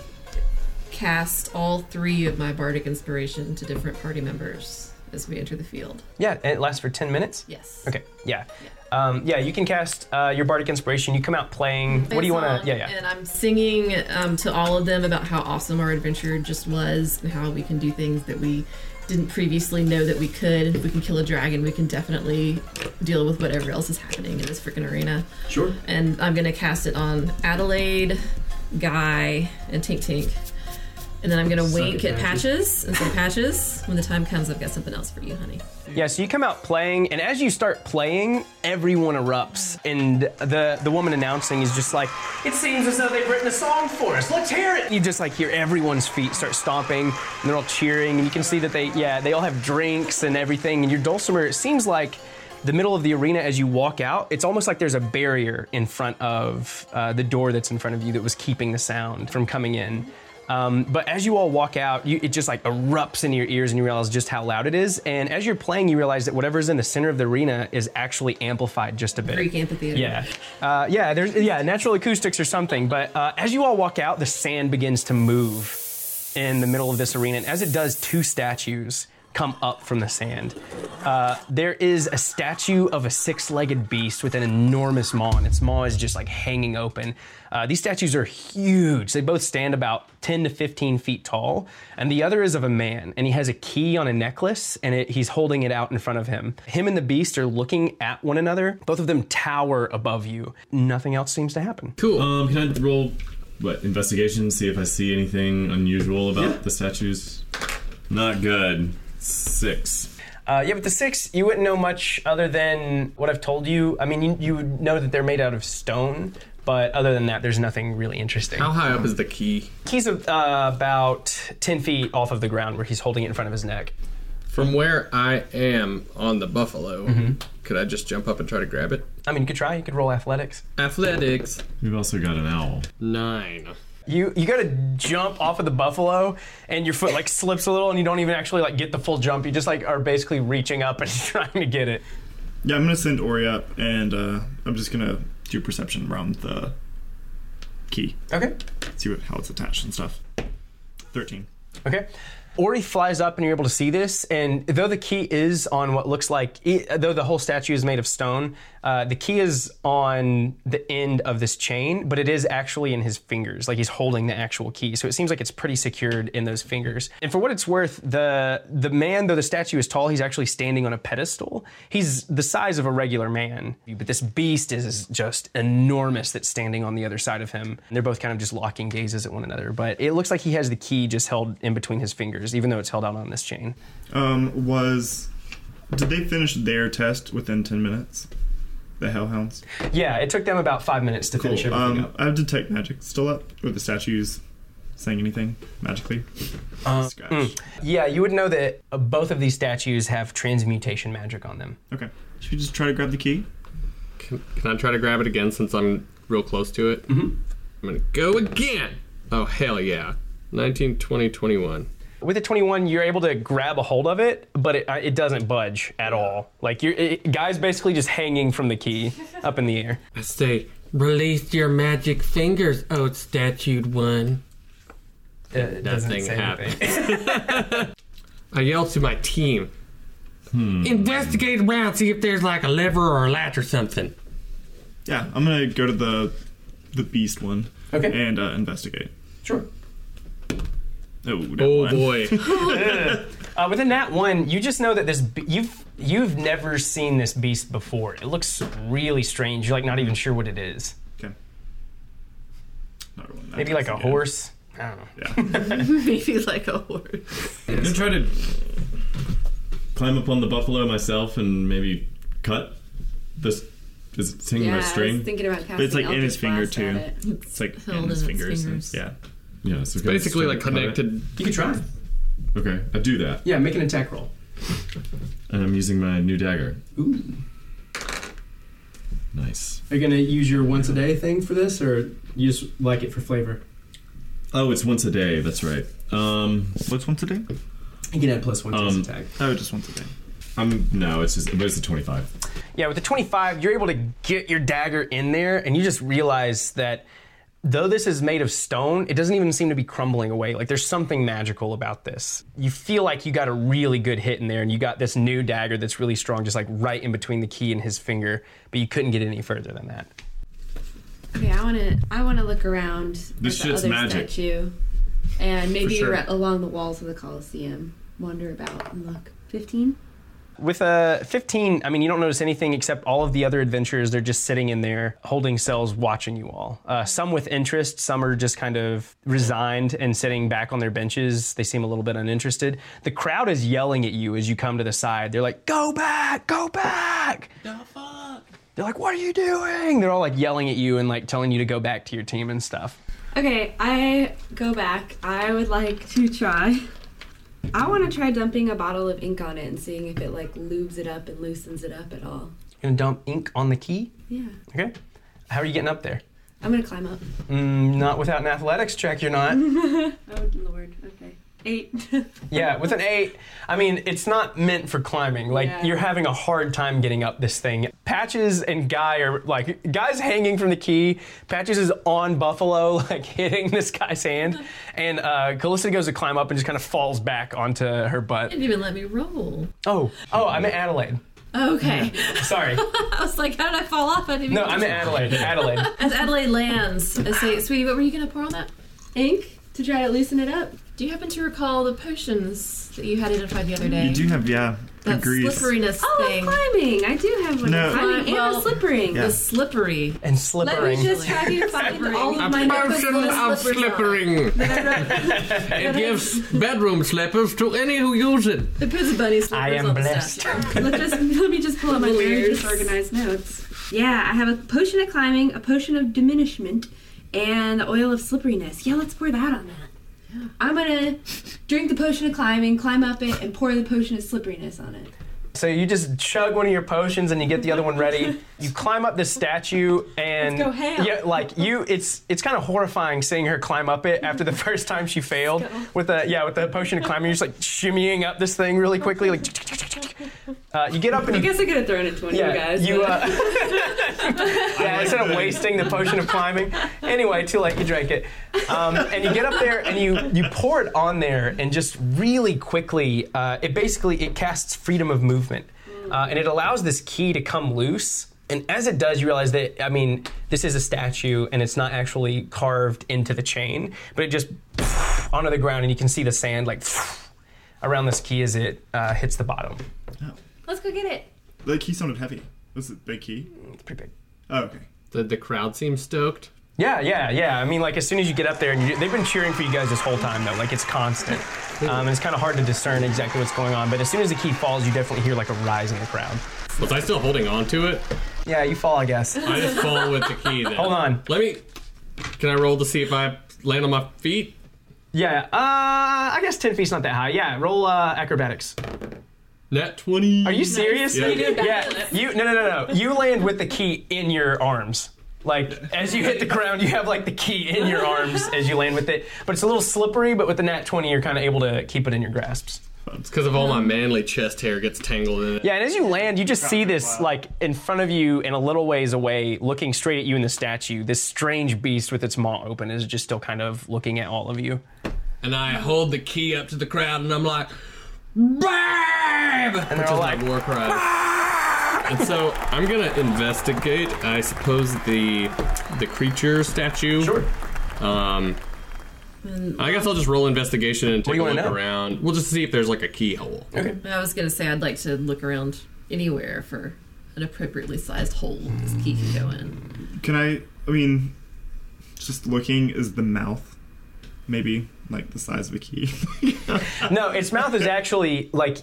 G: cast all three of my bardic inspiration to different party members as we enter the field?
B: Yeah, and it lasts for 10 minutes.
G: Yes.
B: Okay. Yeah. Um, yeah, you can cast uh, your bardic inspiration. You come out playing. what do you want to? Yeah, yeah.
G: And I'm singing um, to all of them about how awesome our adventure just was and how we can do things that we didn't previously know that we could. If we can kill a dragon, we can definitely deal with whatever else is happening in this freaking arena.
I: Sure.
G: And I'm going to cast it on Adelaide, Guy, and Tink Tink. And then I'm going to wink at Patches and say, Patches, when the time comes, I've got something else for you, honey.
B: Yeah, so you come out playing, and as you start playing, everyone erupts, and the the woman announcing is just like, "It seems as though they've written a song for us. Let's hear it!" You just like hear everyone's feet start stomping, and they're all cheering, and you can see that they yeah they all have drinks and everything, and your dulcimer it seems like. The middle of the arena, as you walk out, it's almost like there's a barrier in front of uh, the door that's in front of you that was keeping the sound from coming in. Um, but as you all walk out, you, it just like erupts in your ears and you realize just how loud it is. And as you're playing, you realize that whatever's in the center of the arena is actually amplified just a bit.
G: Greek amphitheater.
B: Yeah, uh, yeah. There's yeah, natural acoustics or something. But uh, as you all walk out, the sand begins to move in the middle of this arena, and as it does, two statues come up from the sand. Uh, there is a statue of a six-legged beast with an enormous maw, and its maw is just like hanging open. Uh, these statues are huge. They both stand about 10 to 15 feet tall, and the other is of a man, and he has a key on a necklace, and it, he's holding it out in front of him. Him and the beast are looking at one another. Both of them tower above you. Nothing else seems to happen.
I: Cool.
F: Um, can I roll what investigation? See if I see anything unusual about the statues. Not good. Six.
B: Uh, yeah, but the six, you wouldn't know much other than what I've told you. I mean, you, you would know that they're made out of stone, but other than that, there's nothing really interesting.
I: How high up is the key?
B: He's uh, about 10 feet off of the ground where he's holding it in front of his neck.
I: From where I am on the buffalo, could I just jump up and try to grab it?
B: I mean, you could try, you could roll athletics.
I: Athletics.
F: We've also got an owl.
I: Nine.
B: You you gotta jump off of the buffalo and your foot like slips a little and you don't even actually like get the full jump. You just like are basically reaching up and trying to get it.
E: Yeah, I'm gonna send Ori up, and uh, I'm just gonna do perception around the key,
B: Okay.
E: see what, how it's attached and stuff. Thirteen.
B: Okay. Ori flies up and you're able to see this. And though the key is on what looks like, e- though the whole statue is made of stone, uh, the key is on the end of this chain, but it is actually in his fingers. Like he's holding the actual key. So it seems like it's pretty secured in those fingers. And for what it's worth, the Uh, the man, though the statue is tall, he's actually standing on a pedestal. He's the size of a regular man, but this beast is just enormous that's standing on the other side of him. And they're both kind of just locking gazes at one another. But it looks like he has the key just held in between his fingers, even though it's held out on this chain.
E: Um, was did they finish their test within ten minutes? The Hellhounds.
B: Yeah, it took them about five minutes to finish everything
E: Um,
B: up.
E: I have detect magic still up with the statues saying anything magically. Scratch.
B: Yeah, you would know that uh, both of these statues have transmutation magic on them.
E: Okay. Should we just try to grab the key?
I: Can, can I try to grab it again since I'm real close to it? Mm-hmm. I'm gonna go again. Oh hell yeah! 19, 20, 21.
B: With a 21, you're able to grab a hold of it, but it, uh, it doesn't budge at all. Like, you're, it, guy's basically just hanging from the key up in the air.
I: I say, release your magic fingers, old statued one.
B: It
I: Nothing happens. I yell to my team. Hmm. Investigate around, see if there's like a lever or a latch or something.
E: Yeah, I'm gonna go to the the beast one.
B: Okay.
E: And uh, investigate.
B: Sure.
E: Oh, that
I: Oh
E: one.
I: boy.
B: Uh, within that one, you just know that this be- you've you've never seen this beast before. It looks really strange. You're like not even sure what it is.
E: Okay. Not rolling that
B: Maybe like a
E: again.
B: horse. I don't know.
E: Yeah.
G: Maybe like a horse.
F: I'm gonna try to climb up on the buffalo myself and maybe cut this. Is it hanging by a
H: Yeah, I was
F: string?
H: thinking about casting
E: it's like in his
H: Eldritch
E: finger
H: Blast
E: too.
H: at it.
E: It's like
G: held
E: in his
G: in its
E: fingers.
G: fingers.
E: Yeah.
F: yeah, so can I just
I: Basically,
F: try
I: like
F: to cut it?
I: connected.
B: You could try.
F: Okay, I do that,
B: Yeah, make an attack roll.
F: and I'm using my new dagger. Ooh. Nice.
B: Are you gonna use your once a day thing for this, or you just like it for flavor?
F: Oh, it's once a day. That's right. Um,
E: What's once a day?
B: You can add plus one
F: to this Um, attack.
E: Oh, just once a day.
F: I'm no. It's just. But it's a twenty-five.
B: Yeah, with the 25, you're able to get your dagger in there, and you just realize that though this is made of stone, it doesn't even seem to be crumbling away. Like there's something magical about this. You feel like you got a really good hit in there, and you got this new dagger that's really strong, just like right in between the key and his finger, but you couldn't get any further than that.
H: Okay, I want to. I want to look around
F: This
H: at the
F: shit's
H: other
F: magic.
H: statue, and maybe
E: sure.
H: ra- along the walls of the Colosseum. Wander about and look. Fifteen.
B: With a 15, I mean, you don't notice anything except all of the other adventurers. They're just sitting in there, holding cells, watching you all. Uh, some with interest, some are just kind of resigned and sitting back on their benches. They seem a little bit uninterested. The crowd is yelling at you as you come to the side. They're like, "Go back! Go back!" They're like, "What are you doing?" They're all like yelling at you and like telling you to go back to your team and stuff.
H: Okay, I go back. I would like to try. I want to try dumping a bottle of ink on it and seeing if it like lubes it up and loosens it up at all.
B: You're gonna dump ink on the key.
H: Yeah,
B: Okay. How are you getting up there?
H: I'm gonna climb up.
B: Mm, not without an athletics check. You're not.
H: Oh lord. Okay. Eight.
B: Yeah, with an eight, I mean, it's not meant for climbing. Like,
H: Yeah.
B: you're having a hard time getting up this thing. Patches and Guy are like, Guy's hanging from the key. Patches is on Buffalo, like hitting this guy's hand. And uh, Callista goes to climb up and just kind of falls back onto her butt.
G: Didn't even let me roll.
B: Oh, oh, I'm in Adelaide.
G: Okay.
B: Sorry.
G: I was like, how did I fall off? I didn't even
B: No, I'm in Adelaide. Adelaide.
G: As Adelaide lands, I say, sweetie, what were you gonna pour on that?
H: ink to try to loosen it up.
G: Do you happen to recall the potions that you had identified the other day?
E: You do have yeah.
G: that
E: grease.
G: slipperiness
H: Oh,
G: thing.
H: I'm climbing. I do have one.
E: No.
H: I'm climbing and
G: Well-
H: I'm slippering.
G: The slippery.
B: And
H: Let me
B: slippering.
H: just try to find all of my notebooks
I: Potion
H: with
I: of
H: slippers on.
I: slippering. it gives bedroom slippers to any who use it.
G: It puts bunny slippers
B: I
G: on
B: am
G: the
B: blessed.
G: statue.
H: let, just, let me just pull up my very
G: Weird.
H: disorganized notes. Yeah, I have a potion of climbing, a potion of diminishment, and the oil of slipperiness. Yeah, let's pour that on that. I'm gonna drink the potion of climbing, climb up it, and pour the potion of slipperiness on it.
B: So you just chug one of your potions and you get the other one ready. You climb up this statue and
H: Let's go ham.
B: yeah, like you, it's it's kind of horrifying seeing her climb up it after the first time she failed with a yeah with the potion of climbing. You're just like shimmying up this thing really quickly. Like uh, you get up and
H: I
B: you.
H: guess I could have thrown at 20
B: Yeah,
H: you guys.
B: you.
H: but-
B: Uh, yeah, instead of wasting the potion of climbing. Anyway, too late. You drank it, um, and you get up there and you you pour it on there, and just really quickly, uh, it basically it casts freedom of movement,
H: Hmm.
B: uh, and it allows this key to come loose. And as it does, you realize that I mean, this is a statue, and it's not actually carved into the chain, but it just onto the ground, and you can see the sand like around this key as it uh, hits the bottom.
H: Let's go get it.
E: The key sounded heavy. Was it big key?
B: It's pretty big.
E: Oh, okay.
I: Did the crowd seem stoked?
B: Yeah, yeah, yeah. I mean, like as soon as you get up there, and you, they've been cheering for you guys this whole time, though. Like it's constant, um, and it's kind of hard to discern exactly what's going on. But as soon as the key falls, you definitely hear like a rise in the crowd.
I: Was I still holding on to it?
B: Yeah, you fall, I guess.
I: I just fall with the key then.
B: Hold on.
I: Let me. Can I roll to see if I land on my feet?
B: Yeah, uh, I guess ten feet's not that high. Yeah, roll uh, acrobatics.
I: Net 20.
B: Are you serious?
I: Yeah. You did
B: yeah. You no no no no. You land with the key in your arms. Like as you hit the ground, you have like the key in your arms as you land with it. But it's a little slippery. But with the nat twenty, you're kind of able to keep it in your grasps.
I: It's because of all my manly chest hair gets tangled in it.
B: Yeah, and as you land, you just see this like in front of you and a little ways away, looking straight at you in the statue. This strange beast with its maw open is just still kind of looking at all of you.
I: And I hold the key up to the crowd and I'm like, BABE! Which is
B: all
I: my
B: like,
I: war cry. and so I'm gonna investigate, I suppose, the the creature statue. Um, I guess I'll just roll investigation and
B: do
I: take
B: you
I: a
B: wanna
I: look
B: know?
I: around. We'll just see if there's like a keyhole.
B: uh,
G: I was gonna say I'd like to look around anywhere for an appropriately sized hole this key can go in.
E: Can I? I mean, just looking is the mouth, maybe like the size of a key.
B: No, its mouth is actually like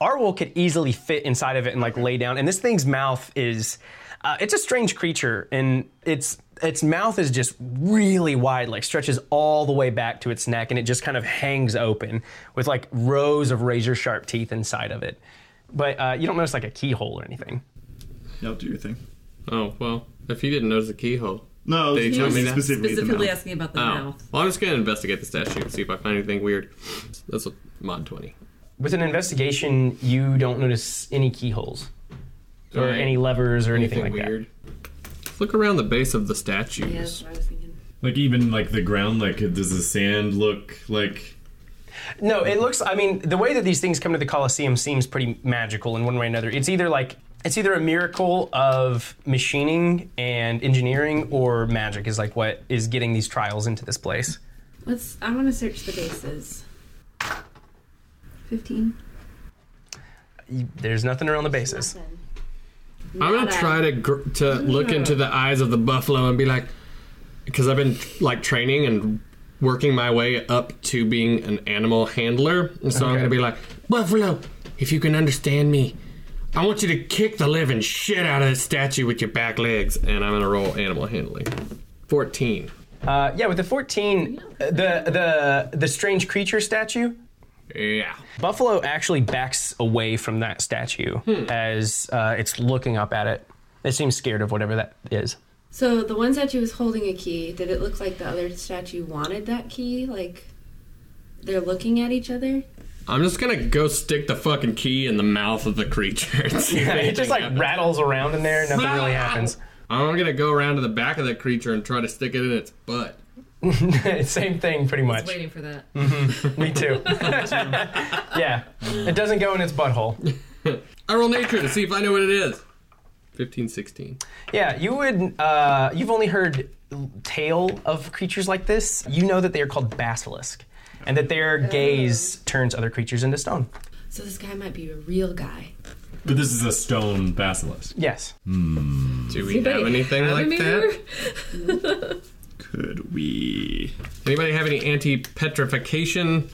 B: Arwol could easily fit inside of it and like lay down. And this thing's mouth is uh, it's a strange creature, and its its mouth is just really wide, like stretches all the way back to its neck, and it just kind of hangs open with like rows of razor sharp teeth inside of it. But uh, you don't notice like a keyhole or anything.
E: Y'all do your thing.
I: Oh, well, if you didn't notice the keyhole.
E: No,
I: They tell me that.
E: specifically, the
G: Specifically
E: mouth.
G: asking about the
I: Oh.
G: mouth.
I: Well, I'm just gonna investigate the statue and see if I find anything weird. That's a mod 20.
B: With an investigation, you don't notice any keyholes or
I: Alright.
B: any levers or anything, like
I: weird. Look around the base of the statues.
H: Yeah, that's what I was thinking.
F: Like even like the ground, like does the sand look like?
B: that. No, it looks. I mean, the way that these things come to the Colosseum seems pretty magical in one way or another. It's either like it's either a miracle of machining and engineering or magic is like what is getting these trials into this place.
H: Let's. I want to search the bases. 15.
B: You- There's nothing around the bases.
I: I'm gonna try to gr- to look into the eyes of the buffalo and be like, because I've been like training and working my way up to being an animal handler, and so I'm gonna be like, buffalo, if you can understand me, I want you to kick the living shit out of this statue with your back legs, and I'm gonna roll animal handling, fourteen.
B: Uh, yeah, with the 14, uh, the the the strange creature statue.
I: Yeah.
B: Buffalo actually backs away from that statue as uh, it's looking up at it. It seems scared of whatever that is.
H: So the one statue was holding a key. Did it look like the other statue wanted that key? Like they're looking at each other?
I: I'm just gonna go stick the fucking key in the mouth of the creature. and see
B: it
I: if
B: just
I: anything
B: like
I: happens.
B: rattles around in there. Nothing really happens.
I: I'm gonna go around to the back of that creature and try to stick it in its butt.
B: Same thing, pretty
G: I was
B: much.
G: waiting for that.
B: Me too. yeah, it doesn't go in its butthole.
I: I roll nature to see if I know what it is. 15, 16.
B: Yeah, you would. Uh, you've only heard tale of creatures like this. You know that they are called basilisk, and that their gaze turns other creatures into stone.
H: So this guy might be a real guy.
F: But this is a stone basilisk.
B: Yes.
I: Do we have anything like that?
E: Could we?
I: Anybody have any anti-petrification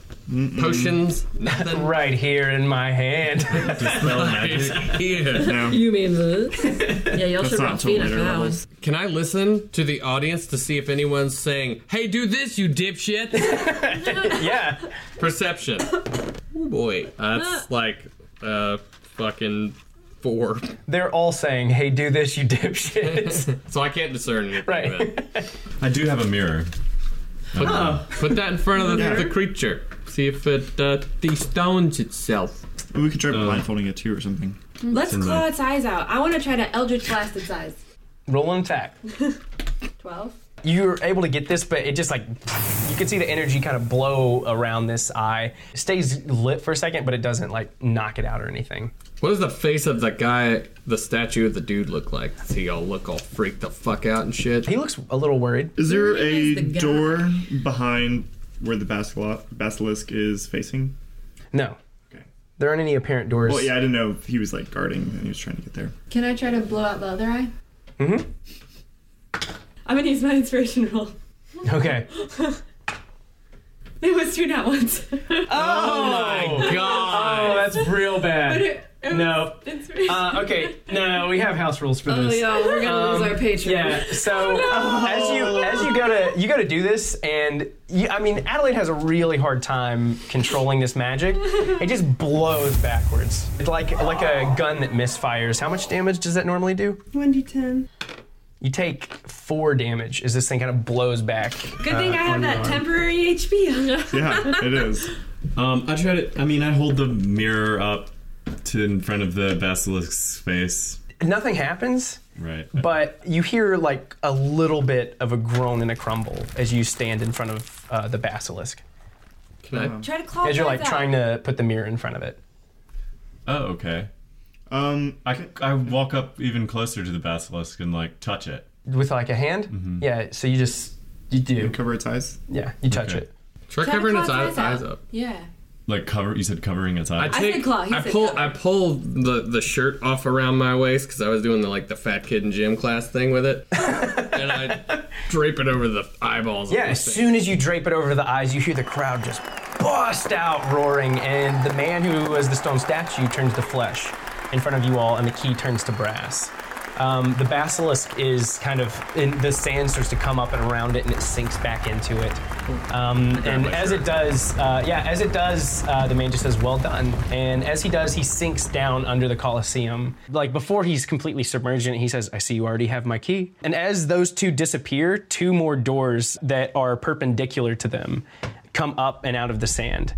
I: potions? Nothing.
B: Right here in my hand.
I: Here.
G: You mean this? yeah, y'all should
E: not
G: roll
E: till
G: Fina for
E: later
G: that one.
E: levels.
I: Can I listen to the audience to see if anyone's saying, "Hey, do this, you dipshit"?
B: yeah.
I: Perception. Oh boy, that's like uh, fucking four.
B: They're all saying, "Hey, do this, you dipshits."
I: So I can't discern anything.
B: Right.
I: with it.
F: I do have a mirror.
I: Put, put that in front of the, the creature. See if it uh, destones itself.
E: We could try
I: Uh.
E: blindfolding it too or something.
H: Let's
F: in
H: claw
F: the-
H: its eyes out. I want to try to Eldritch Blast its eyes.
B: Roll an attack.
H: 12.
B: You're able to get this, but it just like you can see the energy kind of blow around this eye. It stays lit for a second, but it doesn't like knock it out or anything.
I: What does the face of the guy, the statue of the dude, look like? Does he all look all freaked the fuck out and shit?
B: He looks a little worried.
E: Is there a
G: is the guy?
E: door behind where the basil- basilisk is facing?
B: No,
E: Okay.
B: there aren't any apparent doors.
E: Well, yeah, I didn't know if he was like guarding and he was trying to get there.
H: Can I try to blow out the other eye? Mm hmm. I'm going to use my inspiration roll.
B: Okay.
H: It was two not ones.
B: Oh, that's real bad.
H: It- it was
B: No.
H: inspiration.
B: Uh, okay. No, we have house rules for this.
G: Oh yeah, we're gonna lose our patron.
B: Um, Yeah. So as you as you go to you go to do this, and you, I mean Adelaide has a really hard time controlling this magic. It just blows backwards, It's like like a gun that misfires. How much damage does that normally do?
H: 1d10.
B: You take four damage as this thing kind of blows back.
H: Good thing I have that temporary HP.
E: Yeah, it is.
F: Um, I try to. I mean, I hold the mirror up to in front of the basilisk's face.
B: Nothing happens.
F: Right.
B: But you hear like a little bit of a groan and a crumble as you stand in front of uh, the basilisk.
I: Can
B: Uh-huh.
I: I?
H: try to claw
B: As you're
H: its
B: like
H: eyes
B: trying
H: out.
B: to put the mirror in front of it.
F: oh, okay.
E: Um,
F: I, I walk up even closer to the basilisk and like touch it.
B: With like a hand? Yeah, so you just you do.
E: cover its eyes.
B: Yeah, you touch
F: Okay.
B: it.
I: Try
H: Try to
I: covering
H: claw
I: its eyes, eyes up.
H: Yeah.
F: Like cover. You said covering its eyes.
H: I said claw, he
I: I
H: said
I: pull.
H: cover.
I: I pull the the shirt off around my waist because I was doing the like the fat kid in gym class thing with it, and I drape it over the eyeballs. of
B: Yeah, as
I: this thing.
B: soon as you drape it over the eyes, you hear the crowd just bust out roaring, and the man who was the stone statue turns to flesh in front of you all, and the key turns to brass. Um, the basilisk is kind of in the sand starts to come up and around it, and it sinks back into it. Um, and
I: my
B: as
I: shirt.
B: it does, uh, yeah, as it does, uh, the man just says, "Well done." And as he does, he sinks down under the Colosseum. Like before, he's completely submerged in it. He says, "I see you already have my key." And as those two disappear, two more doors that are perpendicular to them come up and out of the sand.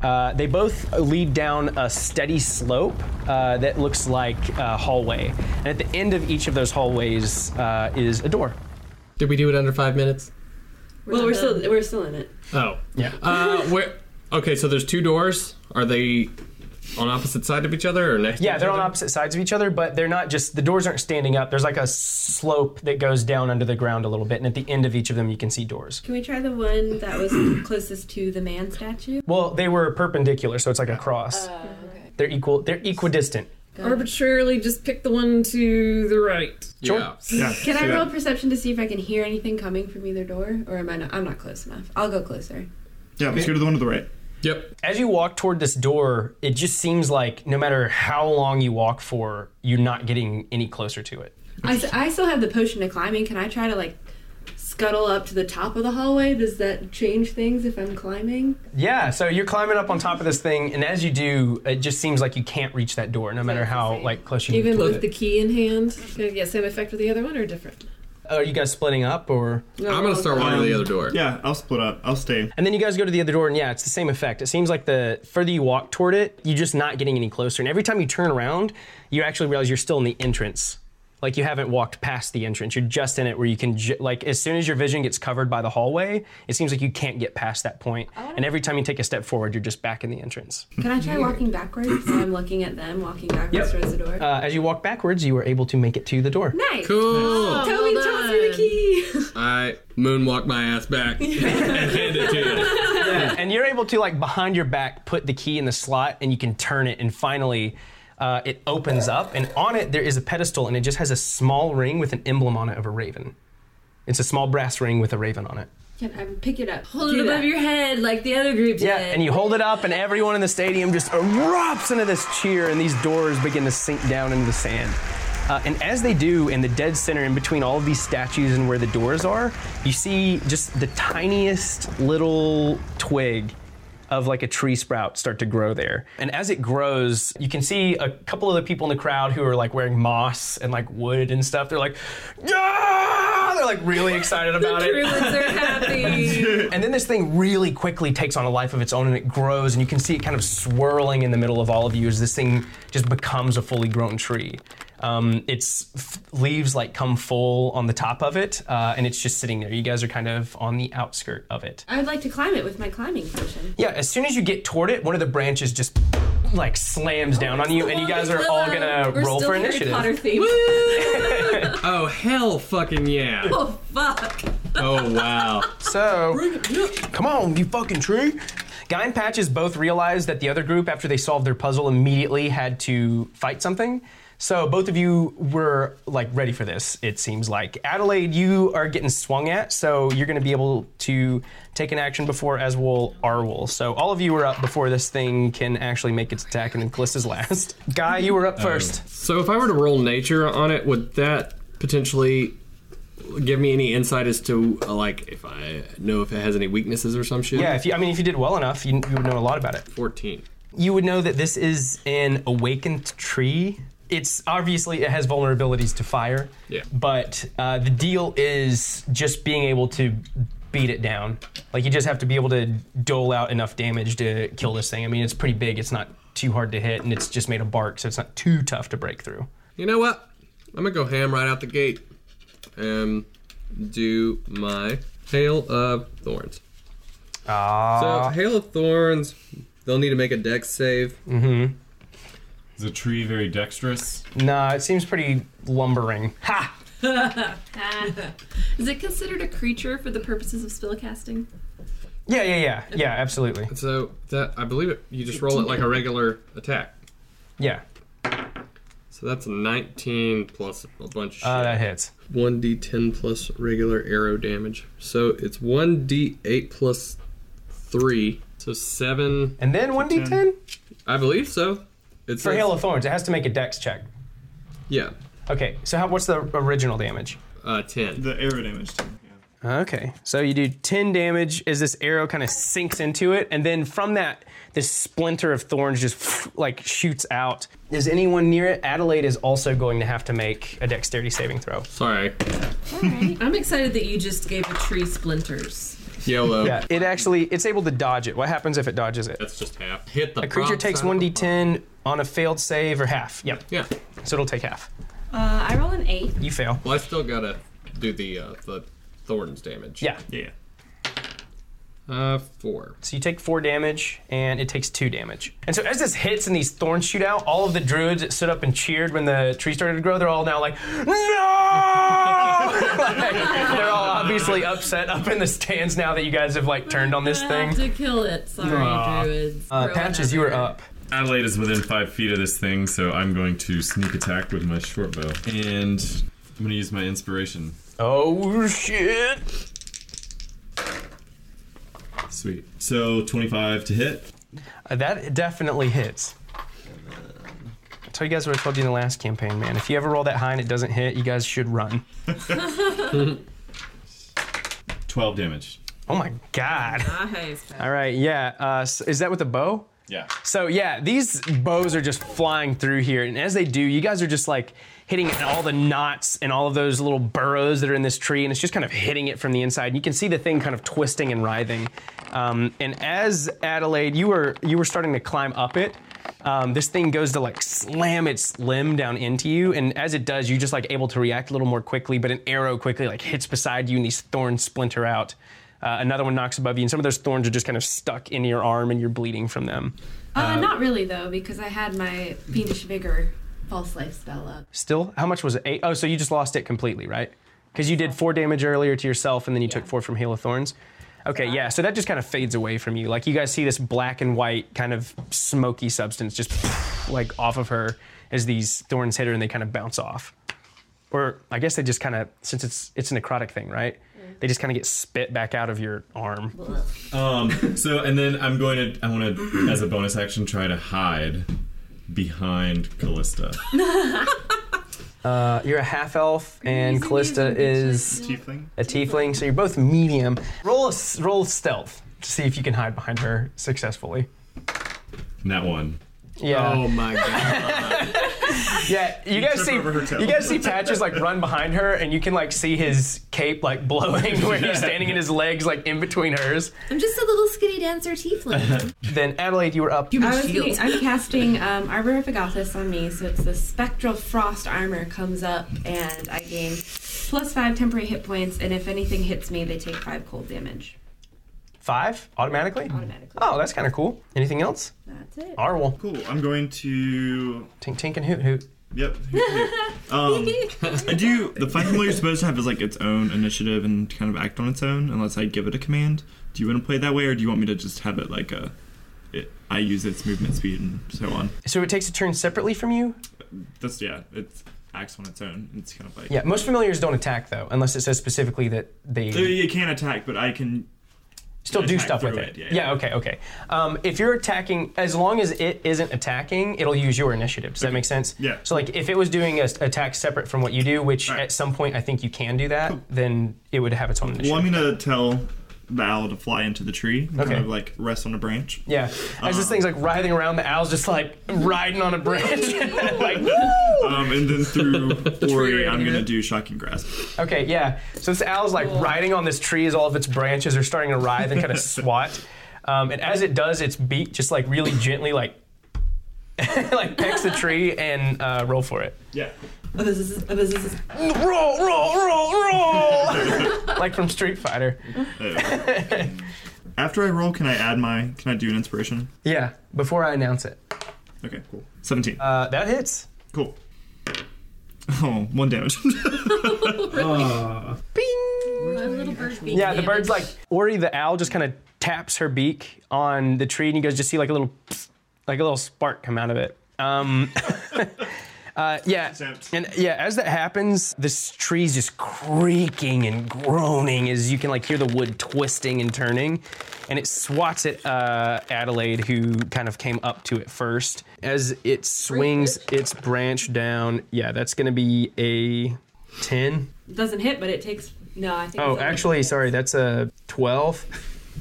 B: Uh, they both lead down a steady slope uh, that looks like a hallway. And at the end of each of those hallways uh, is a door.
I: did we do it under five minutes?
C: Well, we're still we're still in it.
I: Oh
B: Yeah.
I: Uh, where? Okay, so there's two doors. Are they on opposite side of each other or next? to
B: Yeah,
I: each
B: they're on
I: other?
B: opposite sides of each other, but they're not just the doors aren't standing up. There's like a slope that goes down under the ground a little bit, and at the end of each of them, you can see doors.
C: Can we try the one that was closest to the man statue?
B: Well, they were perpendicular, so it's like a cross.
C: Uh,
H: Uh,
B: They're equal. They're equidistant.
D: Arbitrarily just pick the one to the right.
I: Yeah.
H: Can
E: Yeah. see
H: I roll
E: that.
H: perception to see if I can hear anything coming from either door, or am I not? I'm not close enough. I'll go closer.
E: Yeah, let's go to the one to the right.
I: Yep.
B: As you walk toward this door, it just seems like no matter how long you walk for, you're not getting any closer to it.
H: I, s- I still have the potion of climbing. Can I try to like scuttle up to the top of the hallway? Does that change things if I'm climbing?
B: Yeah, so you're climbing up on top of this thing, and as you do, it just seems like you can't reach that door, no matter how like close you.
C: Even
B: move to
C: with
B: it.
C: the key in hand, gonna get same effect with the other one or different?
B: Are Oh, you guys splitting up, or?
I: I'm gonna start walking to the
E: Um,
I: other door.
E: Yeah, I'll split up. I'll stay.
B: And then you guys go to the other door, and yeah, it's the same effect. It seems like the further you walk toward it, you're just not getting any closer. And every time you turn around, you actually realize you're still in the entrance. Like you haven't walked past the entrance. You're just in it where you can, ju- like, as soon as your vision gets covered by the hallway, it seems like you can't get past that point. And every time you take a step forward, you're just back in the entrance.
H: Can I try walking backwards? So I'm looking at them walking backwards
B: Yep.
H: towards the door.
B: Uh, as you walk backwards, you are able to make it to the door.
H: nice.
I: Cool.
H: Toby,
G: well
H: toss me the
G: done.
H: key.
I: I moonwalk my ass back and hand it to you.
B: and you're able to like behind your back put the key in the slot and you can turn it and finally uh, it opens up and on it there is a pedestal and it just has a small ring with an emblem on it of a raven it's a small brass ring with a raven on it
H: Can I pick it up?
C: Hold
H: Do
C: it above
H: that.
C: your head like the other group did.
B: yeah and you hold it up and everyone in the stadium just erupts into this cheer and these doors begin to sink down into the sand uh, and as they do in the dead center in between all of these statues and where the doors are you see just the tiniest little twig of like a tree sprout start to grow there. And as it grows, you can see a couple of the people in the crowd who are like wearing moss and like wood and stuff. They're like, yeah! They're like really excited about it.
H: Druids are happy.
B: And then this thing really quickly takes on a life of its own and it grows, and you can see it kind of swirling in the middle of all of you as this thing just becomes a fully grown tree. Um, its f- leaves like come full on the top of it, uh, and it's just sitting there. You guys are kind of on the outskirt of it.
H: I would like to climb it with my climbing potion.
B: Yeah, as soon as you get toward it, one of the branches just like slams down on you, and you guys are all gonna
G: We're
B: roll
G: still
B: for
G: Harry
B: initiative.
G: Potter themed.
I: Oh hell, fucking yeah!
H: Oh fuck!
I: Oh wow.
B: So, come on, you fucking tree. Guy and Patches both realized that the other group, after they solved their puzzle, immediately had to fight something. So both of you were like ready for this. It seems like Adelaide, you are getting swung at, so you're going to be able to take an action before as will Arwol. So all of you were up before this thing can actually make its attack, and then Callista's last. Guy, you were up first.
I: So if I were to roll nature on it, would that potentially give me any insight as to uh, like if I know if it has any weaknesses or some shit?
B: Yeah, if you, I mean, if you did well enough, you, you would know a lot about it.
I: fourteen.
B: you would know that this is an awakened tree. It's obviously it has vulnerabilities to fire.
I: Yeah.
B: But uh, the deal is just being able to beat it down. Like you just have to be able to dole out enough damage to kill this thing. I mean, it's pretty big. It's not too hard to hit, and it's just made of bark, so it's not too tough to break through.
I: You know what? I'm gonna go ham right out the gate. Um, do my hail of thorns.
B: Ah.
I: So hail of thorns. They'll need to make a dex save.
F: Is a tree very dexterous?
B: nah, it seems pretty lumbering. Ha!
G: Uh, Is it considered a creature for the purposes of spell casting?
B: Yeah, yeah, yeah, yeah. Absolutely.
I: So that I believe it. You just roll it like a regular attack.
B: Yeah.
I: So that's 19 plus a bunch of shit.
B: Uh, that hits.
I: 1d10 plus regular arrow damage. So it's 1d8 plus 3. So 7.
B: And then one d ten
I: I believe so. It's
B: for Hail of Thorns. It has to make a Dex check.
I: Yeah.
B: Okay. So how, what's the original damage?
I: Uh, 10.
E: The arrow damage too. Yeah.
B: Okay, so you do 10 damage as this arrow kind of sinks into it, and then from that, this splinter of thorns just like shoots out. Is anyone near it? Adelaide is also going to have to make a dexterity saving throw.
I: Sorry.
G: I'm excited that you just gave a tree splinters.
I: YOLO.
B: Yeah, it actually it's able to dodge it. What happens if it dodges it?
I: That's just half. Hit the
B: A creature
I: prompt
B: takes
I: side of the
B: 1d10 on a failed save or half. Yep.
I: Yeah.
B: So it'll take half.
H: Uh, I roll an eight.
B: You fail.
I: Well, I still gotta do the, uh, the thorns damage.
B: Yeah.
E: Yeah.
I: Uh, 4.
B: So you take four damage, and it takes two damage. And so as this hits and these thorns shoot out, all of the druids that stood up and cheered when the tree started to grow, they're all now like, no! Like, they're all obviously upset up in the stands now that you guys have like turned on this
G: I
B: thing.
G: have to kill it. Sorry, druids.
B: Uh,
G: Throw
B: Patches, you are
G: another-
B: up.
F: Adelaide is within five feet of this thing, so I'm going to sneak attack with my short bow. And I'm going to use my inspiration.
B: Oh shit!
F: Sweet. So 25 to hit.
B: Uh, that definitely hits. I tell you guys what I told you in the last campaign, man. If you ever roll that high and it doesn't hit, you guys should run.
F: 12 damage.
B: Oh my god.
G: Nice.
B: All right, yeah. Uh, s is that with a bow?
F: Yeah.
B: So yeah, these bows are just flying through here, and as they do, you guys are just like hitting it in all the knots and all of those little burrows that are in this tree, and it's just kind of hitting it from the inside. And you can see the thing kind of twisting and writhing. Um, and as Adelaide, you were you were starting to climb up it. Um, this thing goes to like slam its limb down into you, and as it does, you're just like able to react a little more quickly. But an arrow quickly like hits beside you, and these thorns splinter out. Uh, another one knocks above you, and some of those thorns are just kind of stuck in your arm, and you're bleeding from them.
H: Uh, not really though, because I had my fiendish vigor false life spell up.
B: Still, how much was it? Eight? Oh, so you just lost it completely, right? Because you did four damage earlier to yourself, and then you took four from Hail of Thorns. Okay, yeah. So that just kind of fades away from you. Like you guys see this black and white kind of smoky substance just like off of her as these thorns hit her, and they kind of bounce off. Or I guess they just kind of since it's it's a necrotic thing, right? They just kind of get spit back out of your arm.
F: Um, so, and then I'm going to, I want to, as a bonus action, try to hide behind Callista.
B: Uh, you're a half elf, and Callista is
E: Tiefling.
B: a tiefling, so you're both medium. Roll a s- roll stealth. to see if you can hide behind her successfully.
F: That one.
B: Yeah.
I: Oh my god.
B: Yeah, you guys
E: trip
B: see
E: over her toe.
B: you guys see Patches like run behind her, and you can like see his cape like blowing where he's standing, and his legs like in between hers.
G: I'm just a little skinny dancer tiefling.
B: Then Adelaide, you were up.
G: Human
H: I was
G: shield.
H: thinking- I'm casting um, Arbor of Agathis on me, so it's the spectral frost armor comes up, and I gain plus five temporary hit points, and if anything hits me, they take five cold damage
B: Five automatically.
H: automatically.
B: Oh, that's kind of cool. Anything else?
H: That's it.
B: Arwol,
E: Cool. I'm going to.
B: tink tink and hoot hoot.
E: Yep. um, I do. The fight familiar is supposed to have is like its own initiative and kind of act on its own, unless I give it a command. Do you want to play that way, or do you want me to just have it like a? It, I use its movement speed and so on.
B: So it takes a turn separately from you.
E: That's yeah. It acts on its own. It's kind of like
B: Yeah, most familiars don't attack though, unless it says specifically that they
E: So you can't attack, but I can.
B: still do
E: attack
B: stuff with
E: through
B: it.
E: it, yeah,
B: Yeah,
E: yeah.
B: okay, okay. Um, if you're attacking, as long as it isn't attacking, it'll use your initiative. Does that make sense?
E: Yeah.
B: So like, if it was doing a s- attack separate from what you do, which
E: Alright.
B: at some point I think you can do that, then it would have its own initiative.
E: Well, I'm gonna tell the owl to fly into the tree, and
B: Okay.
E: kind of like rest on a branch.
B: yeah. As
E: Uh,
B: this thing's like writhing around, the owl's just like riding on a branch, like.
E: Um, and then through Ori, I'm
G: here.
E: gonna do shocking grasp.
B: Okay, yeah. So this owl's like riding on this tree as all of its branches are starting to writhe and kind of swat. Um, and as it does, its beak just like really gently like like pecks the tree and uh, roll for it.
E: Yeah.
G: Oh,
B: Roll, roll, roll, roll! like from Street Fighter.
E: After I roll, can I add my? Can I do an inspiration?
B: Yeah. Before I announce it,
E: Okay, cool. 17.
B: uh, that hits.
E: cool. Oh, one damage.
B: Yeah, the bird's like Ori the owl just kind of taps her beak on the tree, and you guys just see like a little, like a little spark come out of it. Um, uh, yeah,
E: Exempt.
B: and yeah, as that happens, this tree's just creaking and groaning as you can like hear the wood twisting and turning, and it swats at uh, Adelaide, who kind of came up to it first. As it swings its branch down, yeah, that's gonna be a ten.
H: It doesn't hit, but it takes. No, I think.
B: Oh,
H: it's only-
B: actually, sorry, that's a twelve.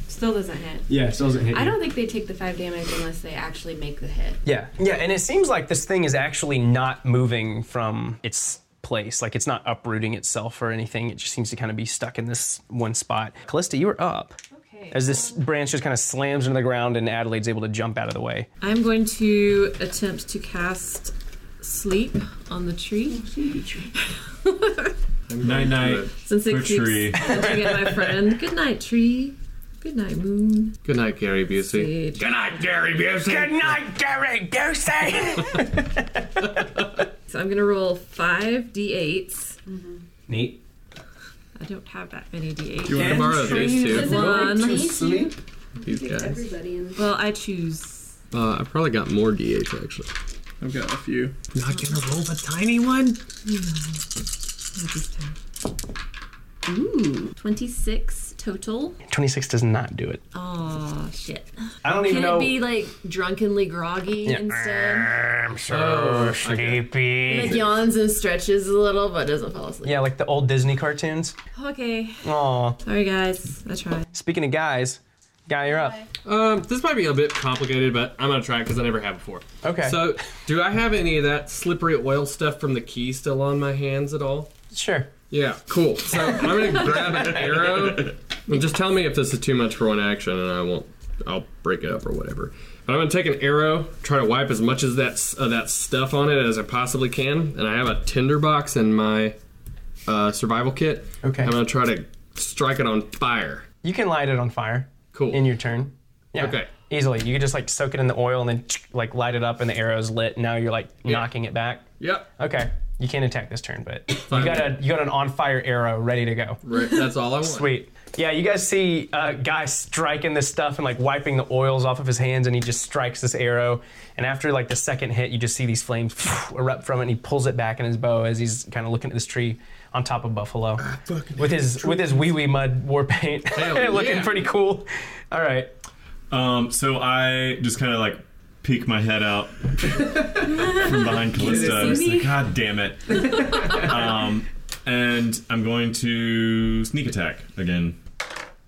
H: Still doesn't hit.
B: Yeah, it still doesn't hit
H: I don't think they take the five damage unless they actually make the hit.
B: Yeah. Yeah, and it seems like this thing is actually not moving from its place. Like it's not uprooting itself or anything. It just seems to kind of be stuck in this one spot. Callista, you are up.
H: Okay.
B: As this branch just kind of slams into the ground and Adelaide's able to jump out of the way.
G: I'm going to attempt to cast sleep on the tree
F: Night night.
G: since it
F: For
G: keeps
F: tree.
G: looking at my friend. Good night, tree. Good night, moon.
I: Good night, Gary Busey.
G: Good
I: night, Gary Busey.
B: night, Gary Goosey!
G: So I'm gonna roll five d8s.
B: Neat.
G: I don't have that many d8s.
I: You want to borrow these
H: Does
I: two?
H: it
G: One.
H: like tease you?
I: These guys.
H: Everybody in
G: Well, I choose.
I: Uh, I probably got more D8 actually.
E: I've got a few.
I: Not gonna roll the tiny one.
G: Not this time. Ooh, 26 total.
B: 26 does not do it.
G: Oh shit.
B: I don't even
G: Can
B: know.
G: it be like drunkenly groggy instead?
B: I'm
I: Oh,
B: so
I: okay.
B: sleepy.
G: Like yawns and stretches a little, but doesn't fall asleep.
B: Yeah, like the old Disney cartoons.
G: Okay.
B: Aw.
G: Sorry, guys. I tried.
B: Speaking of guys, Guy, you're up.
I: Um, this might be a bit complicated, but I'm gonna try it because I never have before.
B: Okay.
I: So, do I have any of that slippery oil stuff from the key still on my hands at all?
B: Sure.
I: Yeah, cool. So I'm gonna grab an arrow. And just tell me if this is too much for one action, and I won't. I'll break it up or whatever. But I'm gonna take an arrow, try to wipe as much as that s- of that stuff on it as I possibly can, and I have a tinderbox in my uh, survival kit.
B: Okay.
I: I'm gonna try to strike it on fire.
B: You can light it on fire.
I: Cool.
B: in your turn. Yeah.
I: Okay.
B: Easily, you could just like soak it in the oil and then like light it up, and the arrow's lit. And now you're like knocking it back.
I: Yep.
B: Okay. You can't attack this turn, but you
I: Fine.
B: got a you got an on fire arrow ready to go.
I: Right, that's all I want.
B: Sweet. Yeah, you guys see uh, guy striking this stuff and like wiping the oils off of his hands, and he just strikes this arrow. And after like the second hit, you just see these flames erupt from it, and he pulls it back in his bow as he's kind of looking at this tree on top of Buffalo
I: Ah,
B: with his with his wee wee mud war paint,
I: Hell
B: looking
I: yeah.
B: pretty cool. All right.
F: Um, so I just kind of like peek my head out from behind Callista.
H: see
F: It's like,
H: me?
F: God damn it. um, and I'm going to sneak attack again.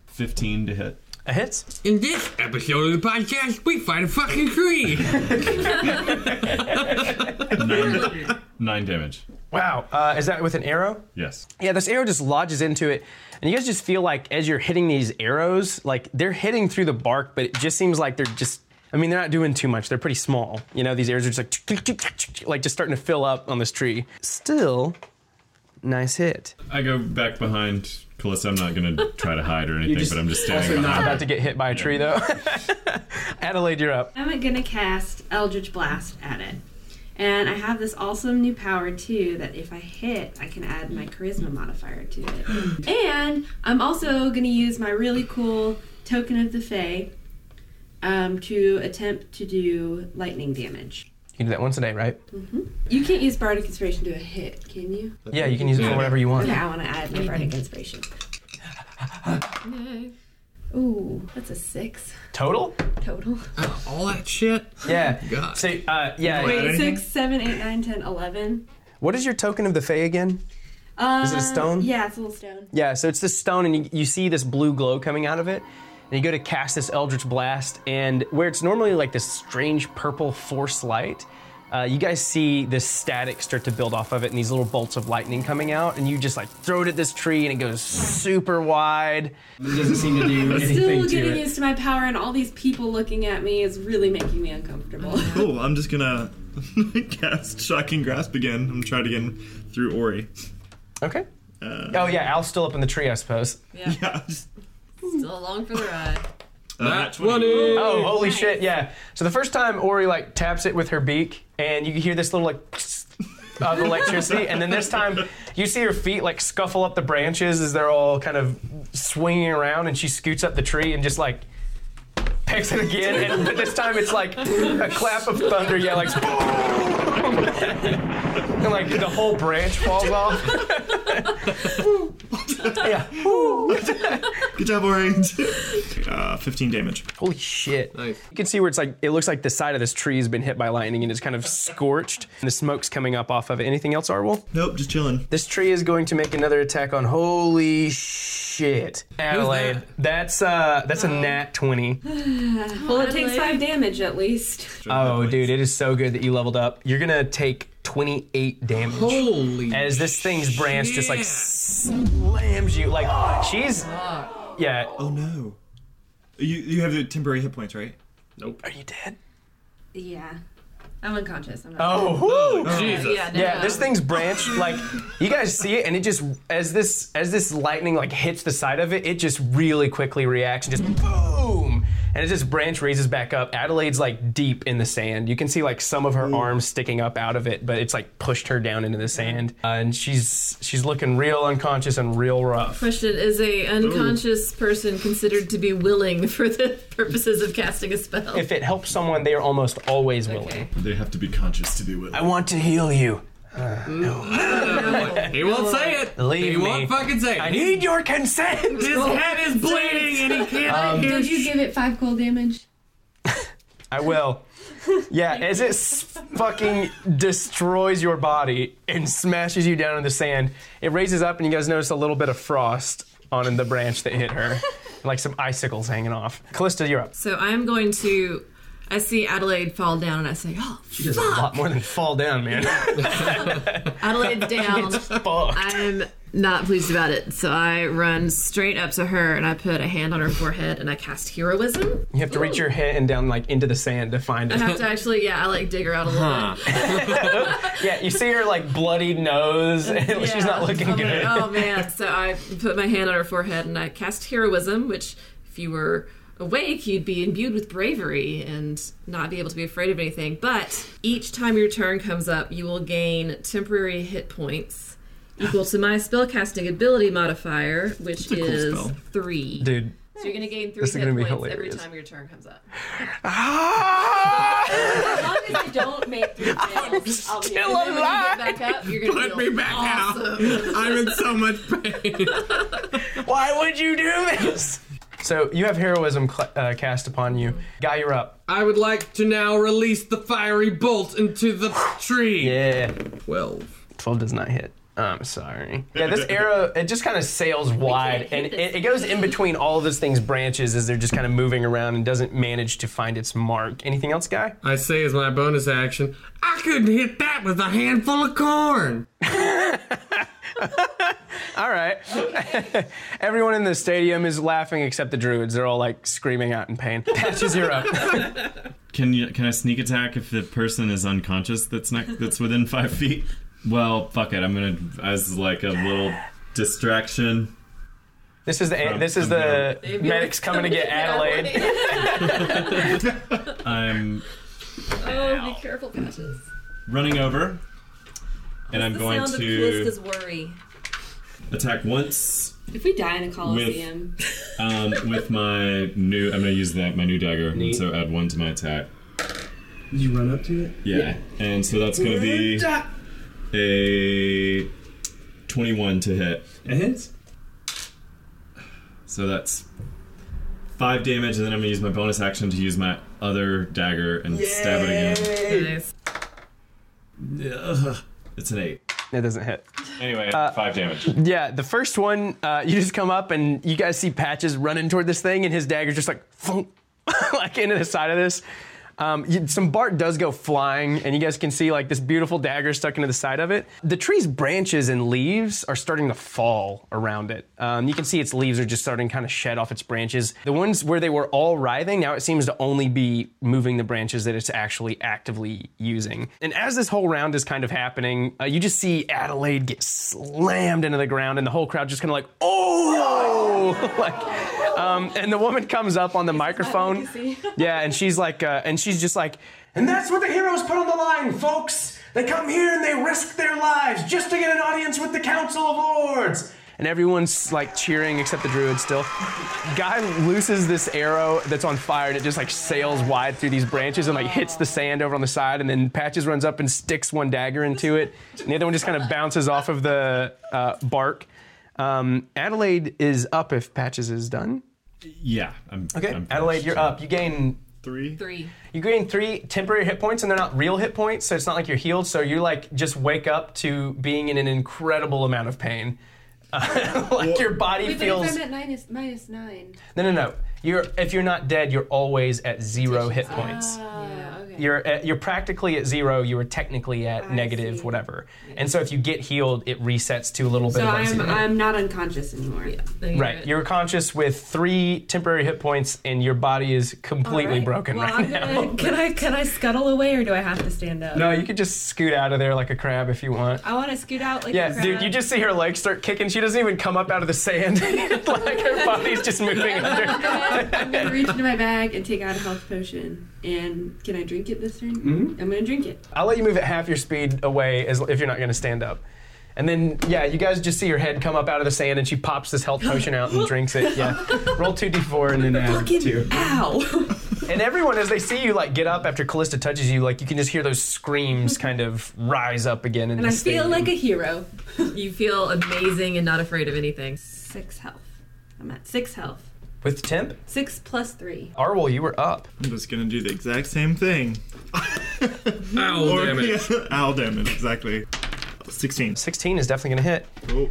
F: 15 to hit.
B: That hits.
I: In this episode of the podcast, we fight a fucking tree.
F: Nine, nine damage.
B: Wow. Uh, is that with an arrow?
F: Yes.
B: Yeah, this arrow just lodges into it. And you guys just feel like as you're hitting these arrows, like they're hitting through the bark, but it just seems like they're just. I mean, they're not doing too much. They're pretty small. You know, these arrows are just like, tick, tick, tick, tick, tick, like just starting to fill up on this tree. Still, nice hit.
F: I go back behind Calissa. I'm not gonna try to hide or anything,
B: just-
F: but I'm just standing
B: Also,
F: behind.
B: not
F: her.
B: about to get hit by a tree though. Adelaide, you're up.
C: I'm gonna cast Eldritch Blast at it. And I have this awesome new power too that if I hit, I can add my charisma modifier to it. and I'm also gonna use my really cool token of the Fae um, to attempt to do lightning damage.
B: You can do that once a day, right?
C: You can't use Bardic Inspiration to a hit, can you?
B: Yeah, you can use it for whatever you want.
C: Okay, I want to add my Bardic Inspiration. Ooh, that's a six
B: Total?
C: total.
I: All that shit.
B: Yeah.
I: God.
B: So, uh, yeah.
C: Wait, six, seven, eight, nine, ten, eleven.
B: What is your token of the Fae again?
C: Uh,
B: Is it a stone?
C: Yeah, it's a little stone.
B: Yeah, so it's this stone, and you, you see this blue glow coming out of it. And you go to cast this Eldritch Blast, and where it's normally like this strange purple force light, uh, you guys see this static start to build off of it, and these little bolts of lightning coming out, and you just like throw it at this tree, and it goes super wide.
J: It doesn't seem to do anything
C: Still
J: to
C: getting
J: it.
C: used to my power, and all these people looking at me is really making me uncomfortable.
E: Cool. I'm just gonna cast Shocking Grasp again. I'm gonna try it again through Ori.
B: Okay.
E: Uh,
B: Oh yeah, Al's still up in the tree, I suppose.
E: yeah, just,
G: Still along for the ride.
E: uh, nat 20.
B: Oh, holy shit, yeah. So the first time Ori like taps it with her beak, and you hear this little like of electricity, and then this time you see her feet like scuffle up the branches as they're all kind of swinging around, and she scoots up the tree and just like picks it again, and but this time it's like a clap of thunder, yeah, like boom, and like the whole branch falls off. yeah.
E: Good job, Ori. uh, 15 damage.
B: Holy shit.
I: Nice.
B: You can see where it's like, it looks like the side of this tree has been hit by lightning and it's kind of scorched and the smoke's coming up off of it. Anything else, Arwol?
E: Nope, just chilling.
B: This tree is going to make another attack on holy shit. Adelaide. That's uh that's a nat 20.
C: well, it takes five damage at least.
B: Oh dude, it is so good that you leveled up. You're going to take 28 damage.
I: Holy.
B: as this thing's branch just like slams you like she's yeah,
E: Oh no. You you have the temporary hit points, right?
B: are you dead?
C: Yeah. I'm unconscious. I'm not
B: Oh, whoo!
I: Jesus.
G: Yeah, no.
B: Yeah, this thing's branched. Like you guys see it, and it just as this as this lightning like hits the side of it, it just really quickly reacts and just boom. And as this branch raises back up, Adelaide's like deep in the sand. You can see like some of her arms sticking up out of it, but it's like pushed her down into the sand, uh, and she's she's looking real unconscious and real rough.
G: Question: Is a unconscious person considered to be willing for the purposes of casting a spell?
B: If it helps someone, they are almost always willing.
G: Okay.
F: They have to be conscious to be with.
B: I want to heal you.
I: He won't say it.
B: Leave
I: he
B: me.
I: won't fucking say it.
B: I need your consent.
I: His head is bleeding and he can't hear
C: Did you give it five cold damage?
B: I will. Yeah, as it s- fucking destroys your body and smashes you down in the sand, it raises up and you guys notice a little bit of frost on the branch that hit her, like some icicles hanging off. Callista, you're up.
G: So I'm going to. I see Adelaide fall down, and I say, "Oh,
B: A lot more than fall down, man.
G: Adelaide's down."
B: Fuck.
G: I'm not pleased about it, so I run straight up to her and I put a hand on her forehead and I cast heroism.
B: You have to reach your hand down like into the sand to find
G: I
B: it.
G: have to actually, yeah, I like dig her out a little bit.
B: Yeah, you see her like bloody nose, and she's not
G: Yeah.
B: looking
G: I'm like,
B: good.
G: oh man! So I put my hand on her forehead and I cast heroism, which if you were awake, you'd be imbued with bravery and not be able to be afraid of anything. But each time your turn comes up, you will gain temporary hit points equal to my spellcasting ability modifier, which is
E: spell.
G: three.
B: Dude.
G: So you're gonna gain three
B: This is
G: hit
B: gonna be
G: points every
B: hilarious.
G: time your turn comes up.
B: Ah!
C: As long as I don't make three fails, I'll be
B: Still
C: okay.
B: alive!
G: Get back up, you're gonna
I: Put me
G: feel
I: back
G: awesome.
I: out. I'm in so much pain.
B: Why would you do this? So you have heroism cl- uh, cast upon you. Guy, you're up.
I: I would like to now release the fiery bolt into the tree.
B: Yeah.
I: Twelve.
B: 12 does not hit. I'm sorry. Yeah, this arrow it just kind of sails wide, and it, it goes in between all of those things' branches as they're just kind of moving around and doesn't manage to find its mark. Anything else, guy?
I: I say as my bonus action, I couldn't hit that with a handful of corn.
B: All right. Everyone in the stadium is laughing except the druids. They're all like screaming out in pain. Patches, you're up.
F: Can you can I sneak attack if the person is unconscious that's not that's within five feet? Well, fuck it. I'm gonna as like a little distraction.
B: This is the this is
F: I'm
B: the
G: They'd be
B: medics
G: like,
B: coming to get Adelaide.
F: I'm
G: oh, be careful, patches.
F: running over, and I'm going
G: sound
F: to
G: of Pliska's worry.
F: attack once
C: If we die in a coliseum,
F: um, with my new. I'm gonna use that my new dagger, so add one to my attack.
J: You run up to it.
F: Yeah, and so that's gonna be a 21 to hit.
J: It hits.
F: So that's five damage, and then I'm gonna use my bonus action to use my other dagger and stab it again.
G: Nice.
F: Ugh, it's an eight.
B: It doesn't hit.
F: Anyway, five damage.
B: Yeah, the first one, uh, you just come up and you guys see Patches running toward this thing, and his dagger's just like, thunk, like into the side of this. Um, you- some Bart does go flying, and you guys can see like this beautiful dagger stuck into the side of it. The tree's branches and leaves are starting to fall around it. Um, you can see its leaves are just starting to kind of shed off its branches. The ones where they were all writhing, now it seems to only be moving the branches that it's actually actively using. And as this whole round is kind of happening, uh, you just see Adelaide get slammed into the ground, and the whole crowd just kind of like, oh! like, um, and the woman comes up on the microphone. Yeah, and she's like, uh, and she's just like, and that's what the heroes put on the line, folks. They come here and they risk their lives just to get an audience with the Council of Lords. And everyone's like cheering except the druid still. Guy looses this arrow that's on fire and it just like sails wide through these branches and like hits the sand over on the side. And then Patches runs up and sticks one dagger into it. And the other one just kind of bounces off of the uh, bark. Um, Adelaide is up if Patches is done.
F: Yeah. I'm,
B: Okay,
F: I'm
B: Adelaide,
F: finished.
B: you're up. You gain
E: Three.
G: Three.
B: you gain three temporary hit points, and they're not real hit points, so it's not like you're healed. So you like just wake up to being in an incredible amount of pain. Uh, like your body
C: Wait, but if
B: feels
C: I'm at minus minus nine.
B: no, no, no. You're if you're not dead, you're always at zero
C: ah.
B: hit points.
C: Oh, okay.
B: You're at, you're practically at zero. You were technically at negative
C: see.
B: whatever, and so if you get healed, it resets to a little bit
C: So
B: of
C: I'm
B: zero.
C: I'm not unconscious anymore.
G: There you have
B: Right,
G: it.
B: you're conscious with three temporary hit points, and your body is completely
H: Alright.
B: broken
H: Well,
B: right
H: I'm
B: now.
H: gonna- Can I can I scuttle away or do I have to stand up?
B: No, you could just scoot out of there like a crab if you want.
H: I want to scoot out like a
B: Yeah,
H: crab.
B: dude, you just see her legs start kicking. She doesn't even come up out of the sand. like her body's just moving under.
C: I'm gonna reach into my bag and take out a health potion. And can I drink it this turn? Mm-hmm. I'm gonna drink it.
B: I'll let you move at half your speed away as, if you're not going to stand up. And then, yeah, you guys just see her head come up out of the sand and she pops this health potion out and drinks it. Yeah. Roll 2d4 and then add 2.
C: Ow!
B: And everyone, as they see you, like, get up after Callista touches you, like, you can just hear those screams kind of rise up again.
C: and I feel like a hero.
G: You feel amazing and not afraid of anything.
C: Six health. I'm at six health.
B: With Temp,
C: Six plus three.
B: Arwol, you were up.
E: I'm just gonna do the exact same thing.
I: Ow, damn it.
E: Owl damage, exactly. 16.
B: 16 is definitely going to hit.
E: Oh,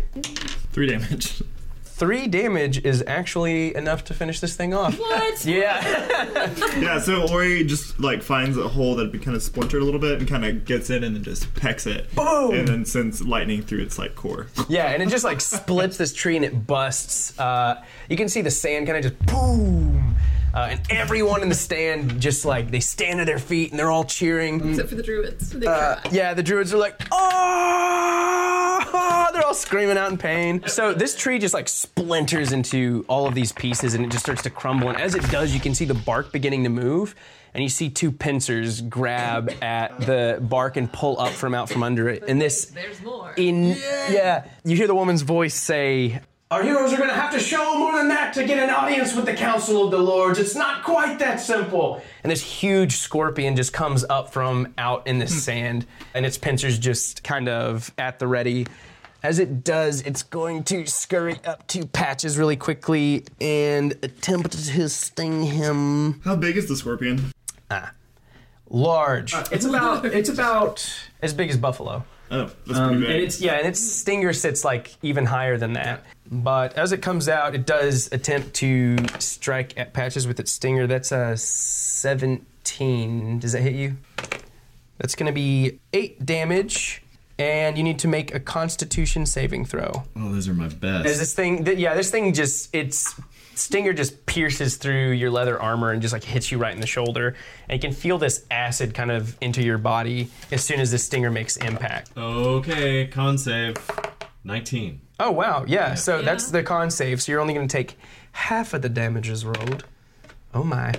E: three damage.
B: Three damage is actually enough to finish this thing off.
G: What?
B: Yeah.
E: Yeah, so Ori just like finds a hole that had been kind of splintered a little bit and kind of gets in and then just pecks it. Boom! And then sends lightning through its like core.
B: Yeah, and it just like splits this tree and it busts. Uh, you can see the sand kind of just boom. Uh, and everyone in the stand just like they stand to their feet and they're all cheering.
G: Except for the druids. They
B: Uh,
G: cry.
B: yeah, the druids are like, oh! They're all screaming out in pain. So this tree just like splinters into all of these pieces and it just starts to crumble. And as it does, you can see the bark beginning to move. And you see two pincers grab at the bark and pull up from out from under it. And this
G: There's more.
B: in yeah. you hear the woman's voice say our heroes are going to have to show more than that to get an audience with the council of the lords it's not quite that simple and this huge scorpion just comes up from out in the sand and its pincers just kind of at the ready as it does it's going to scurry up to patches really quickly and attempt to sting him
E: How big is the scorpion?
B: Uh, large it's about it's about as big as buffalo
E: Oh, that's
B: Um,
E: pretty
B: and
E: bad.
B: it's yeah, and its stinger sits like even higher than that. But as it comes out, it does attempt to strike at patches with its stinger. That's a seventeen. Does that hit you? That's going to be eight damage, and you need to make a Constitution saving throw.
F: Oh, those are my best.
B: As this thing, th- yeah, this thing just its stinger just pierces through your leather armor and just like hits you right in the shoulder, and you can feel this acid kind of into your body as soon as this stinger makes impact.
F: Okay, con save. 19.
B: Oh wow, yeah. So that's the con save. So you're only going to take half of the damages rolled. Oh my.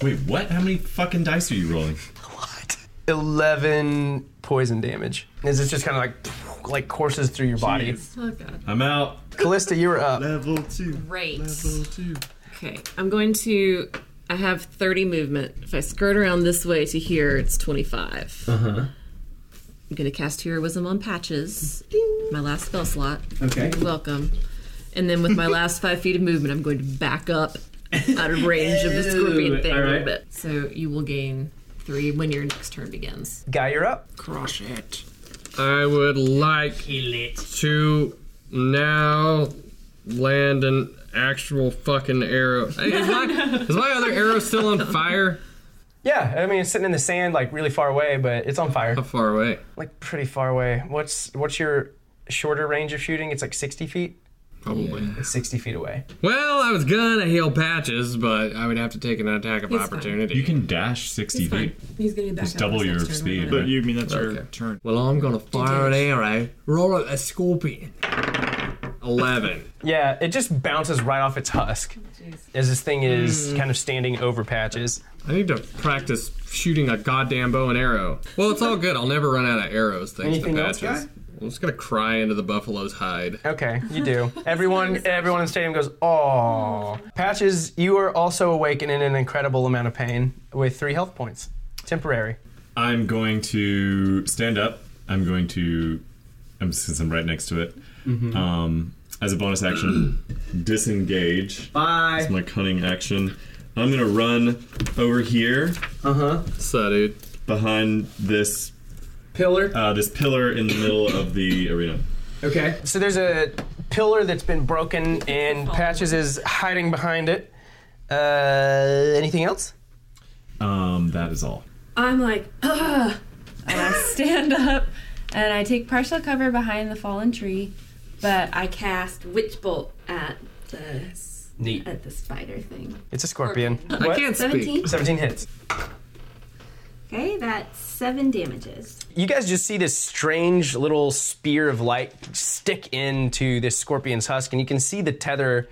F: Wait, what? How many fucking dice are you rolling?
B: Eleven poison damage. Is it just kind of like like courses through your body?
G: Oh, God.
F: I'm out.
B: Callista, you were up.
E: Level two.
G: Great.
E: Level two.
G: Okay, I'm going to. I have 30 movement. If I skirt around this way to here, it's 25.
F: Uh-huh.
B: huh.
G: I'm going to cast Heroism on Patches. My last spell slot.
J: Okay.
G: You're welcome. And then with my last five feet of movement, I'm going to back up out of range of the scorpion
B: Ew,
G: thing a
B: all
G: little
B: right.
G: bit. So you will gain three when your next turn begins.
B: Guy, you're up.
I: Crush it. I would like
B: Kill it.
I: to now land an actual fucking arrow. Hey, Is my, is my other arrow still on fire?
B: Yeah, I mean it's sitting in the sand like really far away, but it's on fire. How
I: far away?
B: Like pretty far away. What's what's your shorter range of shooting? It's like sixty feet.
I: Probably.
B: It's sixty feet away.
I: Well, I was gonna heal patches, but I would have to take an attack of
G: He's fine.
I: opportunity.
F: You can dash 60 feet.
G: He's going to back
F: Just up double his next your turn, speed. whatever. But
E: you mean that's your turn.
I: Well, I'm gonna fire an arrow. Roll at a scorpion. Eleven.
B: Yeah, it just bounces right off its husk as this thing is
I: Mm.
B: kind of standing over patches.
I: I need to practice shooting a goddamn bow and arrow. Well, it's all good. I'll never run out of arrows thanks
B: Anything
I: to
B: else,
I: patches. I'm just gonna cry into the buffalo's hide.
B: Okay, you do. Everyone, everyone in the stadium goes, "Oh, patches! You are also awake and in an incredible amount of pain with three health points, temporary."
F: I'm going to stand up. I'm going to, I'm since I'm right next to it.
B: Mhm.
F: Um, as a bonus action, disengage.
B: Bye.
F: That's my cunning action. I'm gonna run over here.
B: Uh huh.
I: So, dude,
F: behind this
B: pillar.
F: Uh, this pillar in the middle of the arena.
B: Okay. So there's a pillar that's been broken,
H: Oh.
B: and patches is hiding behind it. Uh, anything else?
F: Um, that is all.
H: I'm like, ugh. And I stand up and I take partial cover behind the fallen tree, but I cast Witch Bolt at the
B: Neat.
H: at the spider thing.
B: It's a scorpion.
H: I can't speak. 17?
B: 17 hits.
H: Okay, that's seven damages.
B: You guys just see this strange little spear of light stick into this scorpion's husk, and you can see the tether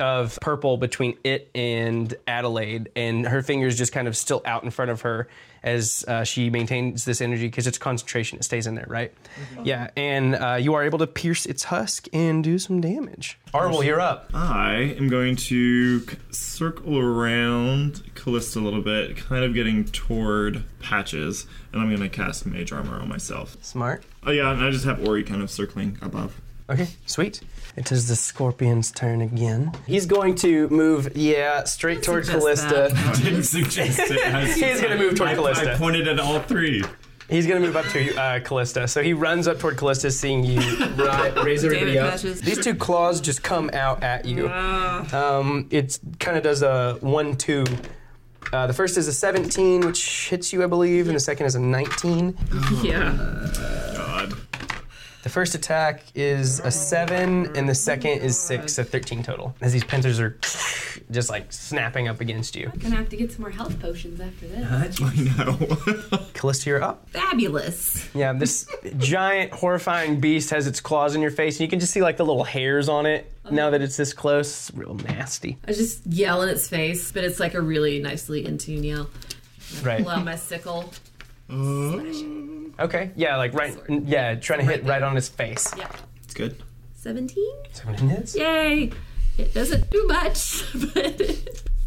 B: of purple between it and Adelaide, and her fingers just kind of still out in front of her as uh, she maintains this energy because it's concentration; it stays in there, right?
F: Mm-hmm.
B: Yeah, and uh, you are able to pierce its husk and do some damage. Arvel, you're up.
E: I am going to c- circle around Callista a little bit, kind of getting toward Patches, and I'm going to cast Mage Armor on myself.
B: Smart.
E: Oh, yeah, and I just have Ori kind of circling above.
B: Okay, sweet. It is the scorpion's turn again. He's going to move, yeah, straight toward
F: suggest
B: Callista.
F: that. I didn't suggest it. I was-
B: He's going to move toward
F: I- I
B: Callista.
F: pointed at all three.
B: He's going to move up to uh, Callista. So he runs up toward Callista, seeing you ri- raise
G: Damn
B: everybody
G: it,
B: up.
G: Patches.
B: These two claws just come out at you. Um, it kind of does a 1 2. Uh, the first is a 17, which hits you, I believe, and the second is a 19.
G: Yeah.
E: God.
B: The first attack is a seven, and the second is six, so 13 total. As these pincers are just like snapping up against you.
H: Gonna have to get some more health potions after this.
B: Callista, you're up.
G: Fabulous.
B: Yeah, this giant, horrifying beast has its claws in your face, and you can just see like the little hairs on it now that it's this close. It's real nasty.
G: I just yell in its face, but it's like a really nicely in tune yell. And I
B: Right.
G: Pull out my sickle.
B: Oh. Okay, yeah, like right, yeah, trying to hit right on his face.
G: Yeah.
E: It's good.
G: 17?
B: 17 hits.
G: Yay! It doesn't do much, but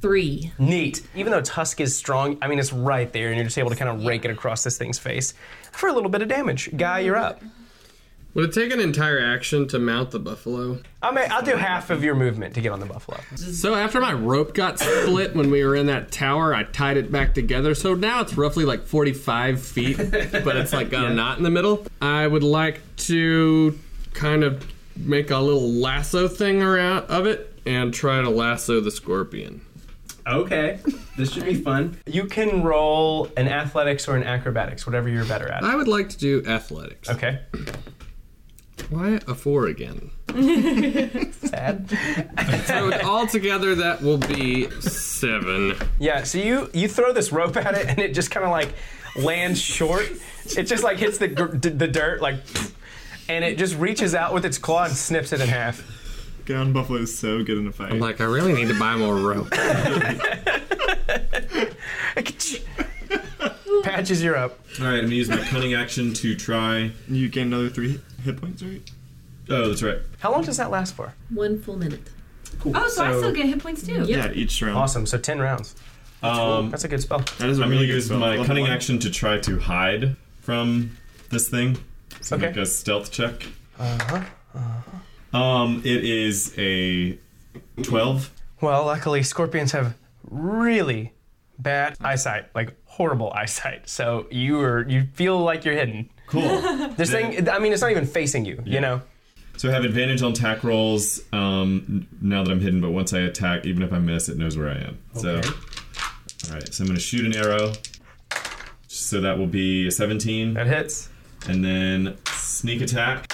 G: three.
B: Neat. Even though its husk is strong, I mean, it's right there, and you're just able to kind of rake it across this thing's face for a little bit of damage. Guy, you're up.
I: Would it take an entire action to mount the buffalo?
B: I mean, I'll do half of your movement to get on the buffalo.
I: So after my rope got split when we were in that tower, I tied it back together. So now it's roughly like 45 feet, but it's like got a knot in the middle. I would like to kind of make a little lasso thing around of it and try to lasso the scorpion.
B: Okay, this should be fun. You can roll an athletics or an acrobatics, whatever you're better at.
I: I would like to do athletics.
B: Okay.
I: Why a four again?
B: Sad.
I: so altogether, that will be seven.
B: Yeah, so you you throw this rope at it and it just kind of like lands short. It just like hits the gr- d- the dirt like and it just reaches out with its claw and snips it in half.
E: Ground buffalo is so good in a fight.
I: I'm like, I really need to buy more rope.
B: Patches, you're up.
F: All right, I'm gonna use my cunning action to try.
E: You gain another three hit points, right?
F: Oh, that's right.
B: How long does that last for?
G: One full minute.
B: Cool.
H: Oh, so, I still get hit points too.
E: Yeah, each round.
B: Awesome. So 10 rounds.
F: Um,
B: That's a good spell.
E: That is a
F: I'm
E: really
F: gonna
E: good
F: use
E: spell.
F: my
E: Level
F: cunning
E: one.
F: action to try to hide from this thing. So
B: Okay.
F: make a stealth check. Uh-huh. Um, it is a twelve.
B: Well, luckily, scorpions have really bad eyesight, like horrible eyesight. So you are you feel like you're hidden.
F: Cool.
B: This thing, I mean, it's not even facing you. You know.
F: so I have advantage on attack rolls um, n- now that I'm hidden, but once I attack, even if I miss, it knows where I am.
B: Okay.
F: So, all right. So I'm gonna shoot an arrow. So that will be a 17,
B: That hits.
F: and then sneak attack,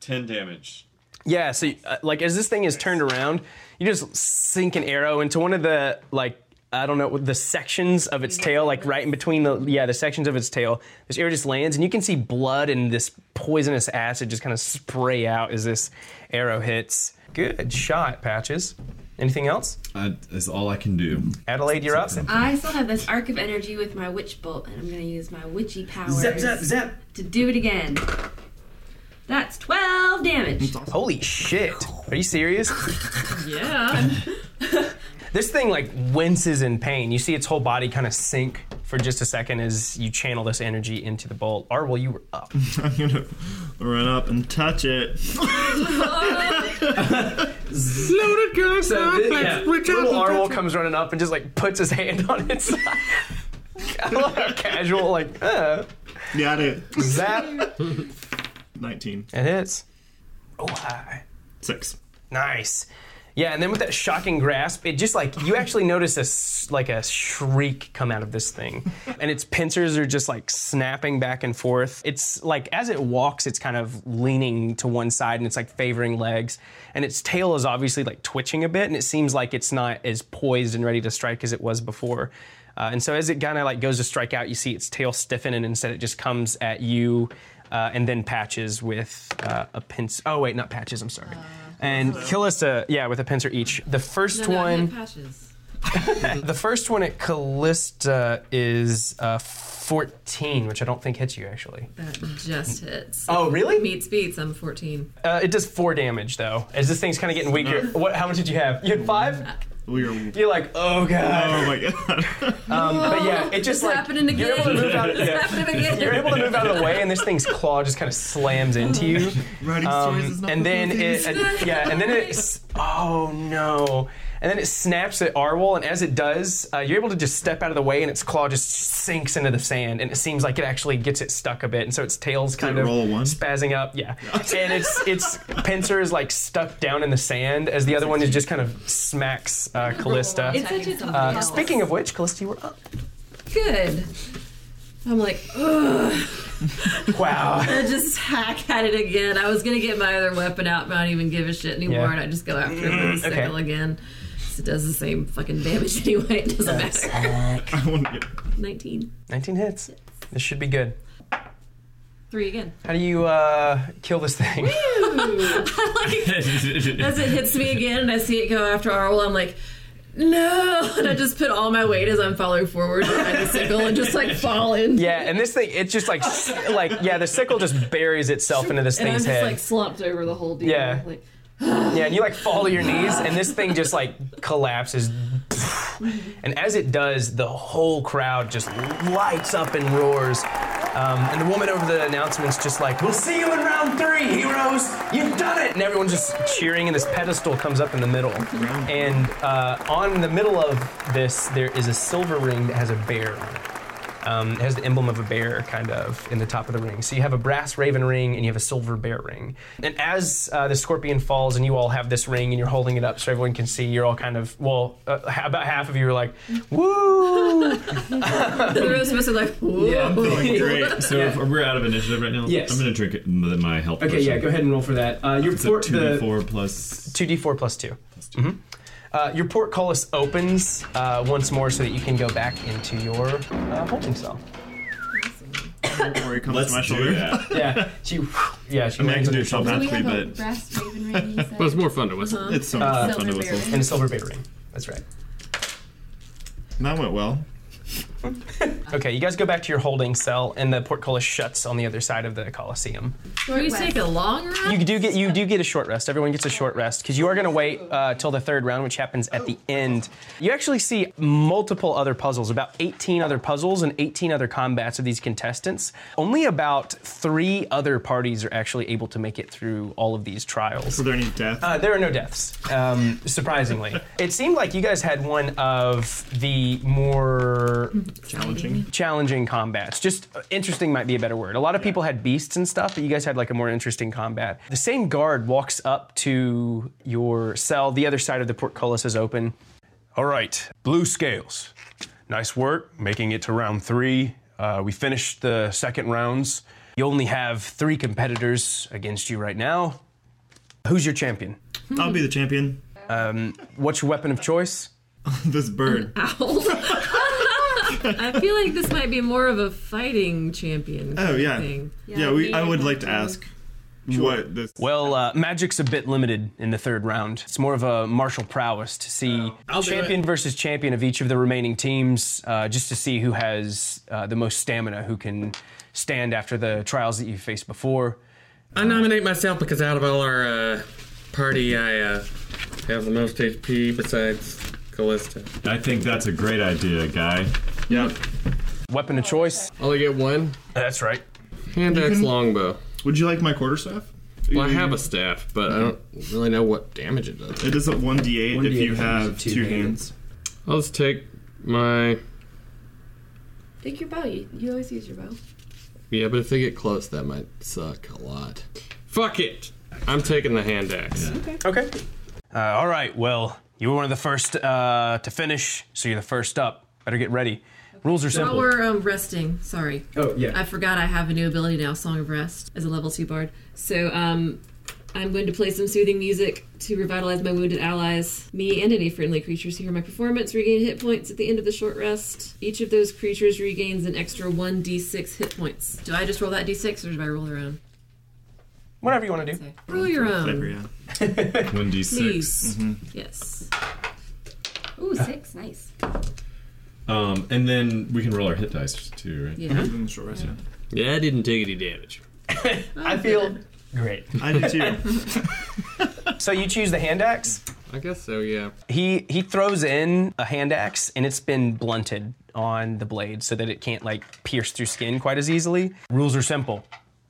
F: 10 damage.
B: Yeah. So uh, like, as this thing is turned around, you just sink an arrow into one of the like. I don't know the sections of its tail, like right in between the yeah the sections of its tail. This arrow just lands, and you can see blood and this poisonous acid just kind of spray out as this arrow hits. Good shot, patches. Anything else?
F: Uh, that's all I can do.
B: Adelaide, you're up.
H: I still have this arc of energy with my witch bolt, and I'm going to use my witchy powers
A: Zap, zap, zap.
H: to do it again. That's 12 damage.
B: Holy shit. Are you serious?
G: Yeah.
B: This thing like winces in pain. You see its whole body kind of sink for just a second as you channel this energy into the bolt. Or well, you were up.
E: I'm gonna run up and touch it.
I: Loaded gun complex, which I
B: Little
I: can
B: Arwol
I: touch-
B: comes running up and just like puts his hand on its side. I love how casual, like, uh,
E: Got it.
B: zap.
E: 19.
B: It hits. Oh, hi.
E: Six.
B: Nice. Yeah, and then with that shocking grasp, it just like you actually notice a s- like a shriek come out of this thing, and its pincers are just like snapping back and forth. It's like as it walks, it's kind of leaning to one side and it's like favoring legs, and its tail is obviously like twitching a bit, and it seems like it's not as poised and ready to strike as it was before. Uh, and so as it kind of like goes to strike out, you see its tail stiffen, and instead it just comes at you, uh, and then patches with uh, a pincer. Oh wait, not patches. I'm sorry. And Callista, yeah, with a pincer each. The first one,
G: Patches.
B: the first one at Callista is uh, 14, which I don't think hits you actually.
G: That just hits.
B: Oh, really?
G: Meets beats. I'm 14.
B: Uh, it does four damage though. As this thing's kind of getting weaker. What? How much did you have? You had five.
E: We are.
B: You're like, oh god.
E: Oh my god.
B: Um, but yeah, it just
G: It's
B: like
G: happening again.
B: you're able to move out. yeah.
G: It's happening again.
B: You're able to move out of the way, and this thing's claw just kind of slams into you.
E: Writing stories is
B: Um,
E: not
B: and then
E: fucking
B: it,
E: easy.
B: uh, yeah, and then it, s- oh no, and then it snaps at Arwol, and as it does, uh, you're able to just step out of the way, and its claw just sinks into the sand, and it seems like it actually gets it stuck a bit, and so its tail's kind
E: it
B: of
E: roll a one?
B: spazzing up, yeah, and its its pincer is like stuck down in the sand, as the other one is just kind of smacks uh, Callista.
G: It's-
H: It's such a tough
B: Uh,
H: spell.
B: speaking of which, Callista, you were up.
G: Good. I'm like, ugh.
B: Wow.
G: I just hack at it again. I was gonna get my other weapon out, but I don't even give a shit anymore,
B: Yeah. Mm,
G: and I just go after it with a
B: Okay.
G: sickle again. 'Cause It does the same fucking damage anyway. It doesn't matter.
E: I want to get.
G: 19.
B: 19 hits. This should be good.
G: Three again.
B: How do you uh, kill this thing?
G: As it hits me again and I see it go after Arwell, I'm like, no! And I just put all my weight as I'm falling forward behind the sickle and just like fall in.
B: Yeah, and this thing, it's just like, s- like yeah, the sickle just buries itself into this
G: And I'm
B: thing's
G: just
B: head.
G: like slumped over the whole deal.
B: Yeah.
G: Like,
B: yeah, and you like fall to your knees, and this thing just like collapses. And as it does, the whole crowd just lights up and roars. Um, and the woman over the announcement's just like, We'll see you in round three, heroes! You've done it! And everyone's just cheering, and this pedestal comes up in the middle. And uh, on the middle of this, there is a silver ring that has a bear on it. Um, it has the emblem of a bear kind of in the top of the ring. So you have a brass raven ring and you have a silver bear ring. And as uh, the scorpion falls and you all have this ring and you're holding it up so everyone can see, you're all kind of, well, uh, h- about half of you are like, woo!
G: the rest of us are like, whoa.
F: I'm feeling great. So if we're out of initiative right now.
B: Yes.
F: I'm gonna drink it, m- my health.
B: Okay, yeah, go ahead and roll for that. Uh, your
F: It's
B: port-
F: a two
B: the-
F: d four plus.
B: Two D four plus 2 Mhm. Uh, your portcullis opens uh, once more so that you can go back into your uh, holding cell.
E: comes to my shoulder.
B: yeah, she, yeah, she
E: I mean, I
B: lands
E: can
B: on
E: do
B: your
E: it
B: shoulder.
E: telepathically, but
H: brass raven ring. you said?
I: Well, it's more fun to whistle.
H: Uh-huh.
E: it's so
B: Uh,
E: much fun to
H: Silver bear.
E: whistle.
B: and a silver bait ring. That's right.
E: That went well.
B: Okay, you guys go back to your holding cell, and the portcullis shuts on the other side of the coliseum.
G: Can we take a long run?
B: You do get you do get a short rest. Everyone gets a short rest because you are going to wait uh, till the third round, which happens at the end. You actually see multiple other puzzles, about 18 other puzzles and 18 other combats of these contestants. Only about three other parties are actually able to make it through all of these trials.
E: Were there any death?
B: Uh, there are no deaths, um, surprisingly. it seemed like you guys had one of the more
E: Challenging.
B: challenging combats. Just uh, interesting might be a better word. A lot of people had beasts and stuff, but you guys had like a more interesting combat. The same guard walks up to your cell. The other side of the portcullis is open. All right, blue scales. Nice work making it to round three. Uh, we finished the second rounds. You only have three competitors against you right now. Who's your champion?
E: I'll be the champion.
B: What's your weapon of choice?
E: This bird.
G: I feel like this might be more of a fighting champion.
E: Oh yeah.
G: thing.
E: Yeah, we, I would like to ask what this.
B: Well, uh, magic's a bit limited in the third round. It's more of a martial prowess to see
I: I'll do
B: champion versus champion of each of the remaining teams, uh, just to see who has uh, the most stamina, who can stand after the trials that you faced before.
I: I nominate myself because out of all our uh, party, I uh, have the most HP besides Callista.
F: I think that's a great idea, guy.
E: Yep.
B: Weapon of choice.
I: Only get one
B: That's right.
I: hand axe longbow.
E: Would you like my quarterstaff?
I: Well, I
H: Mm-hmm.
I: have a staff, but I don't really know what damage it does.
E: It is a 1d8 if
A: 1d8
E: you have
A: times two
E: two
A: hands.
E: hands.
I: I'll just take my.
H: Take your bow. You, you always use your bow.
I: Yeah, but if they get close, that might suck a lot. Fuck it! I'm taking the hand axe.
B: Okay. Uh, all right. Well, you were one of the first uh, to finish, so you're the first up. Better get ready. Rules are
G: While
B: simple.
G: we're um, resting, sorry.
A: Oh, yeah.
G: I forgot I have a new ability now, Song of Rest, as a level two bard. So um, I'm going to play some soothing music to revitalize my wounded allies. Me and any friendly creatures who hear my performance regain hit points at the end of the short rest. Each of those creatures regains an extra 1d6 hit points. Do I just roll that d6 or do I roll their own?
B: Whatever you want to do.
G: Okay. Roll your
E: Whatever,
G: own. Mm-hmm.
E: yeah.
F: One d six.
G: Please. Yes.
H: Ooh, six. Nice.
F: Um, and then we can roll our hit dice too, right?
G: Yeah.
E: Mm, Sure, yeah.
I: Yeah, I didn't take any damage.
B: I feel great.
E: I do too.
B: So you choose the hand axe.
I: I guess so, yeah.
B: He he throws in a hand axe and it's been blunted on the blade so that it can't like pierce through skin quite as easily. Rules are simple.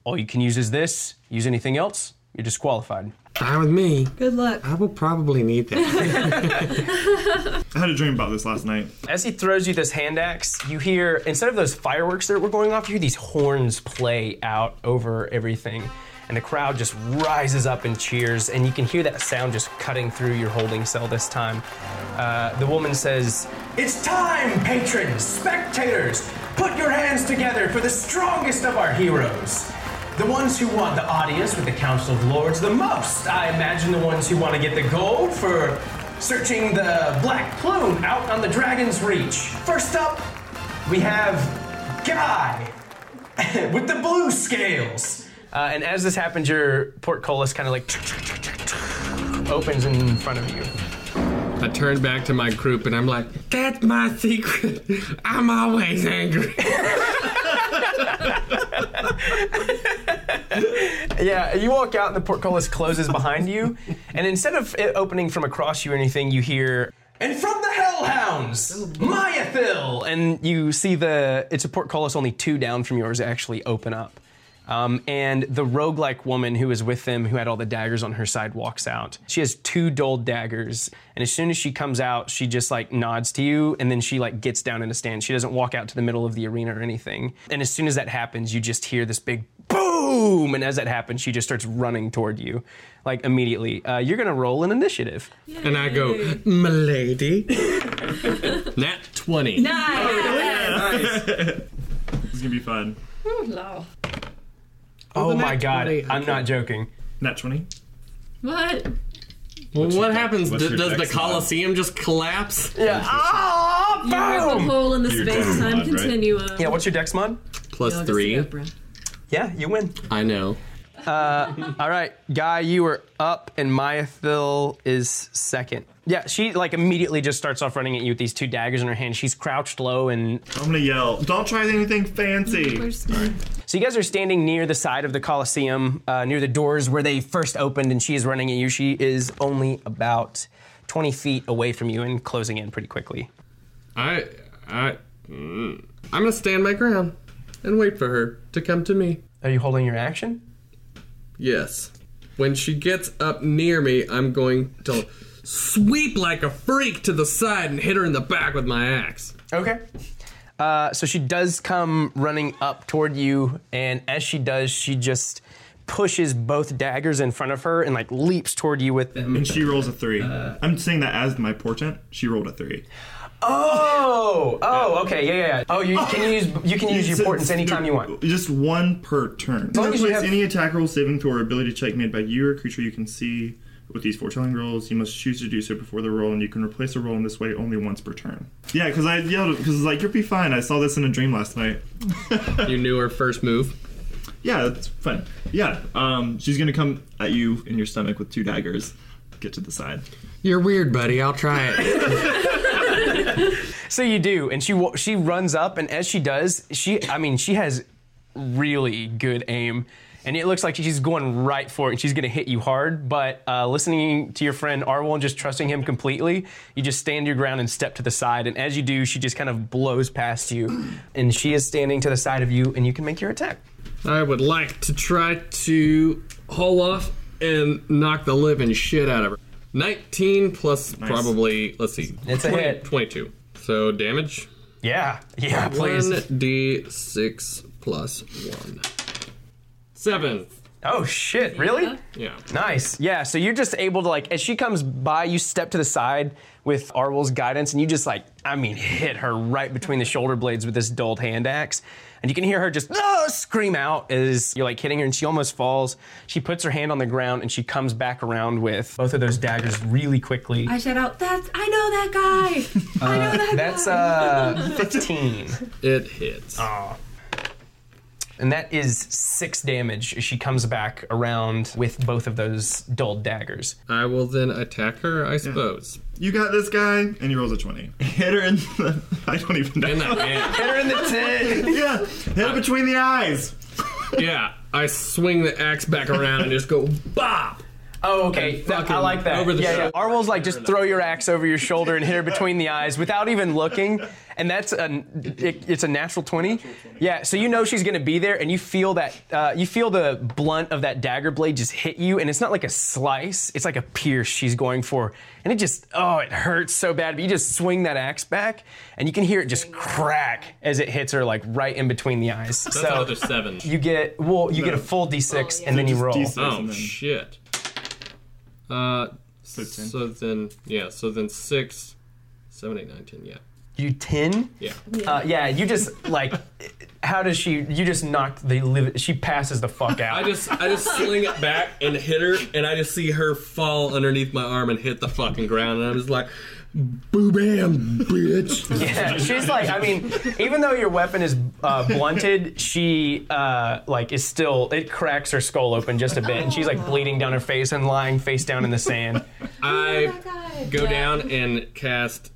B: All you can use is this. Use anything else, you're disqualified.
I: Fine with me.
H: Good luck.
I: I will probably need that.
E: I had a dream about this last night.
B: As he throws you this hand axe, you hear instead of those fireworks that were going off, you hear these horns play out over everything. And the crowd just rises up and cheers, and you can hear that sound just cutting through your holding cell this time. Uh, the woman says, It's time, patrons, spectators! Put your hands together for the strongest of our heroes! The ones who want the audience with the Council of Lords the most. I imagine the ones who want to get the gold for searching the Black Plume out on the Dragon's Reach. First up, we have Guy with the blue scales. Uh, and as this happens, your portcullis kind of like opens in front of you.
I: I turn back to my group and I'm like, that's my secret. I'm always angry.
B: Yeah, you walk out and the portcullis closes behind you, and instead of it opening from across you or anything, you hear, And from the hell hellhounds, Myathil, and you see the it's a portcullis only two down from yours actually open up, um, and the roguelike woman who is with them, who had all the daggers on her side, walks out. She has two dull daggers, and as soon as she comes out, she just like nods to you, and then she like gets down in a stand. She doesn't walk out to the middle of the arena or anything. And as soon as that happens, you just hear this big boom, and as that happens, she just starts running toward you, like immediately. Uh, you're gonna roll an initiative.
I: And I go, milady. Nat 20.
E: This is gonna be fun.
B: Oh,
I: Oh, the
B: my
I: nat
B: god,
I: 20,
B: I'm
I: okay.
B: not joking.
E: Nat 20?
G: What?
I: Well, what happens?
F: what's
I: D-
F: your
I: does the
F: dex mod?
I: Colosseum just collapse?
B: Yeah. Ah,
G: There's a
B: boom!
G: hole in the
F: You're
G: space
F: down,
G: time
F: right?
G: continuum.
B: Yeah, what's your dex mod?
I: Plus
G: Y'all just
I: three.
G: took Oprah.
B: Yeah, you win.
I: I know.
B: All right, Guy, you are up, and Myathil is second. Yeah, she like immediately just starts off running at you with these two daggers in her hand. She's crouched low, and
E: I'm gonna yell, don't try anything fancy.
B: so you guys are standing near the side of the Colosseum, uh, near the doors where they first opened, and she is running at you. She is only about 20 feet away from you and closing in pretty quickly.
I: I, I, mm. I'm gonna stand my ground and wait for her to come to me.
B: Are you holding your action?
I: Yes. When she gets up near me, I'm going to sweep like a freak to the side and hit her in the back with my axe.
B: Okay. Uh, so she does come running up toward you, and as she does, she just pushes both daggers in front of her and like leaps toward you with them.
E: And she rolls a three.
B: Uh,
E: I'm saying that as my portent. She rolled a three.
B: Oh, oh, okay, yeah, yeah. yeah. Oh, you can use you can use your
E: So-
B: portents anytime you want.
E: Just one per turn.
B: long as you
E: place
B: have-
E: any attack roll, saving throw, or ability check made by you or creature you can see with these foretelling rolls. You must choose to do so before the roll, and you can replace a roll in this way only once per turn. Yeah, because I yelled because like you'll be fine. I saw this in a dream last night.
I: You knew her first move.
E: Yeah, that's fun. Yeah, um, she's gonna come at you in your stomach with two daggers. Get to the side.
I: You're weird, buddy. I'll try it.
B: So you do, and she wa- she runs up, and as she does, she I mean she has really good aim, and it looks like she's going right for it, and she's gonna hit you hard. But uh, listening to your friend Arwol and just trusting him completely, you just stand your ground and step to the side, and as you do, she just kind of blows past you, and she is standing to the side of you, and you can make your attack.
I: I would like to try to haul off and knock the living shit out of her. 19 plus probably, let's see.
B: It's a hit.
I: 22. So damage?
B: Yeah, yeah, please.
I: 1d6 plus 1. 7.
B: Oh shit, really?
I: Yeah.
B: Nice. Yeah. So you're just able to like, as she comes by, you step to the side with Arwol's guidance, and you just like, I mean, hit her right between the shoulder blades with this dulled hand axe, and you can hear her just "Ah!" scream out as you're like hitting her, and she almost falls. She puts her hand on the ground, and she comes back around with both of those daggers really quickly.
H: I shout out, that's, I know that guy. I know that
B: That's
H: guy.
B: uh, 15,
I: It hits.
B: and that is six damage. as She comes back around with both of those dulled daggers.
I: I will then attack her, I suppose.
E: You got this guy, and he rolls a twenty. Hit her in the. I don't even know.
I: In the hand.
B: Hit her in the tit.
E: yeah, hit her between the eyes.
I: yeah. I swing the axe back around and just go bop.
B: Oh, okay. That-
I: fucking
B: I like that.
I: over the
B: yeah, yeah.
I: shoulder.
B: Arwol's like just throw your axe over your shoulder and hit her between the eyes without even looking, and that's a it, it's a natural twenty. Yeah, so you know she's gonna be there, and you feel that uh, you feel the blunt of that dagger blade just hit you, and it's not like a slice; it's like a pierce she's going for, and it just oh, it hurts so bad. But you just swing that axe back, and you can hear it just crack as it hits her like right in between the eyes. so
I: seven.
B: you get well, you get a full d6, and then you roll.
E: D6
I: Oh
E: and then-
I: shit. Uh,
E: Fifteen.
I: so then yeah, so then six, seven, eight, nine, ten. Yeah,
B: You ten.
I: yeah.
B: Uh, yeah, you just like, how does she? You just knocked the live. She passes the fuck out.
I: I just I just sling it back and hit her, and I just see her fall underneath my arm and hit the fucking ground, and I'm just like, boo bam, bitch.
B: Yeah, she's like, I mean, even though your weapon is uh, blunted, she uh, like is still. It cracks her skull open just a bit, and she's like bleeding down her face and lying face down in the sand.
I: I
H: That guy.
I: go down and cast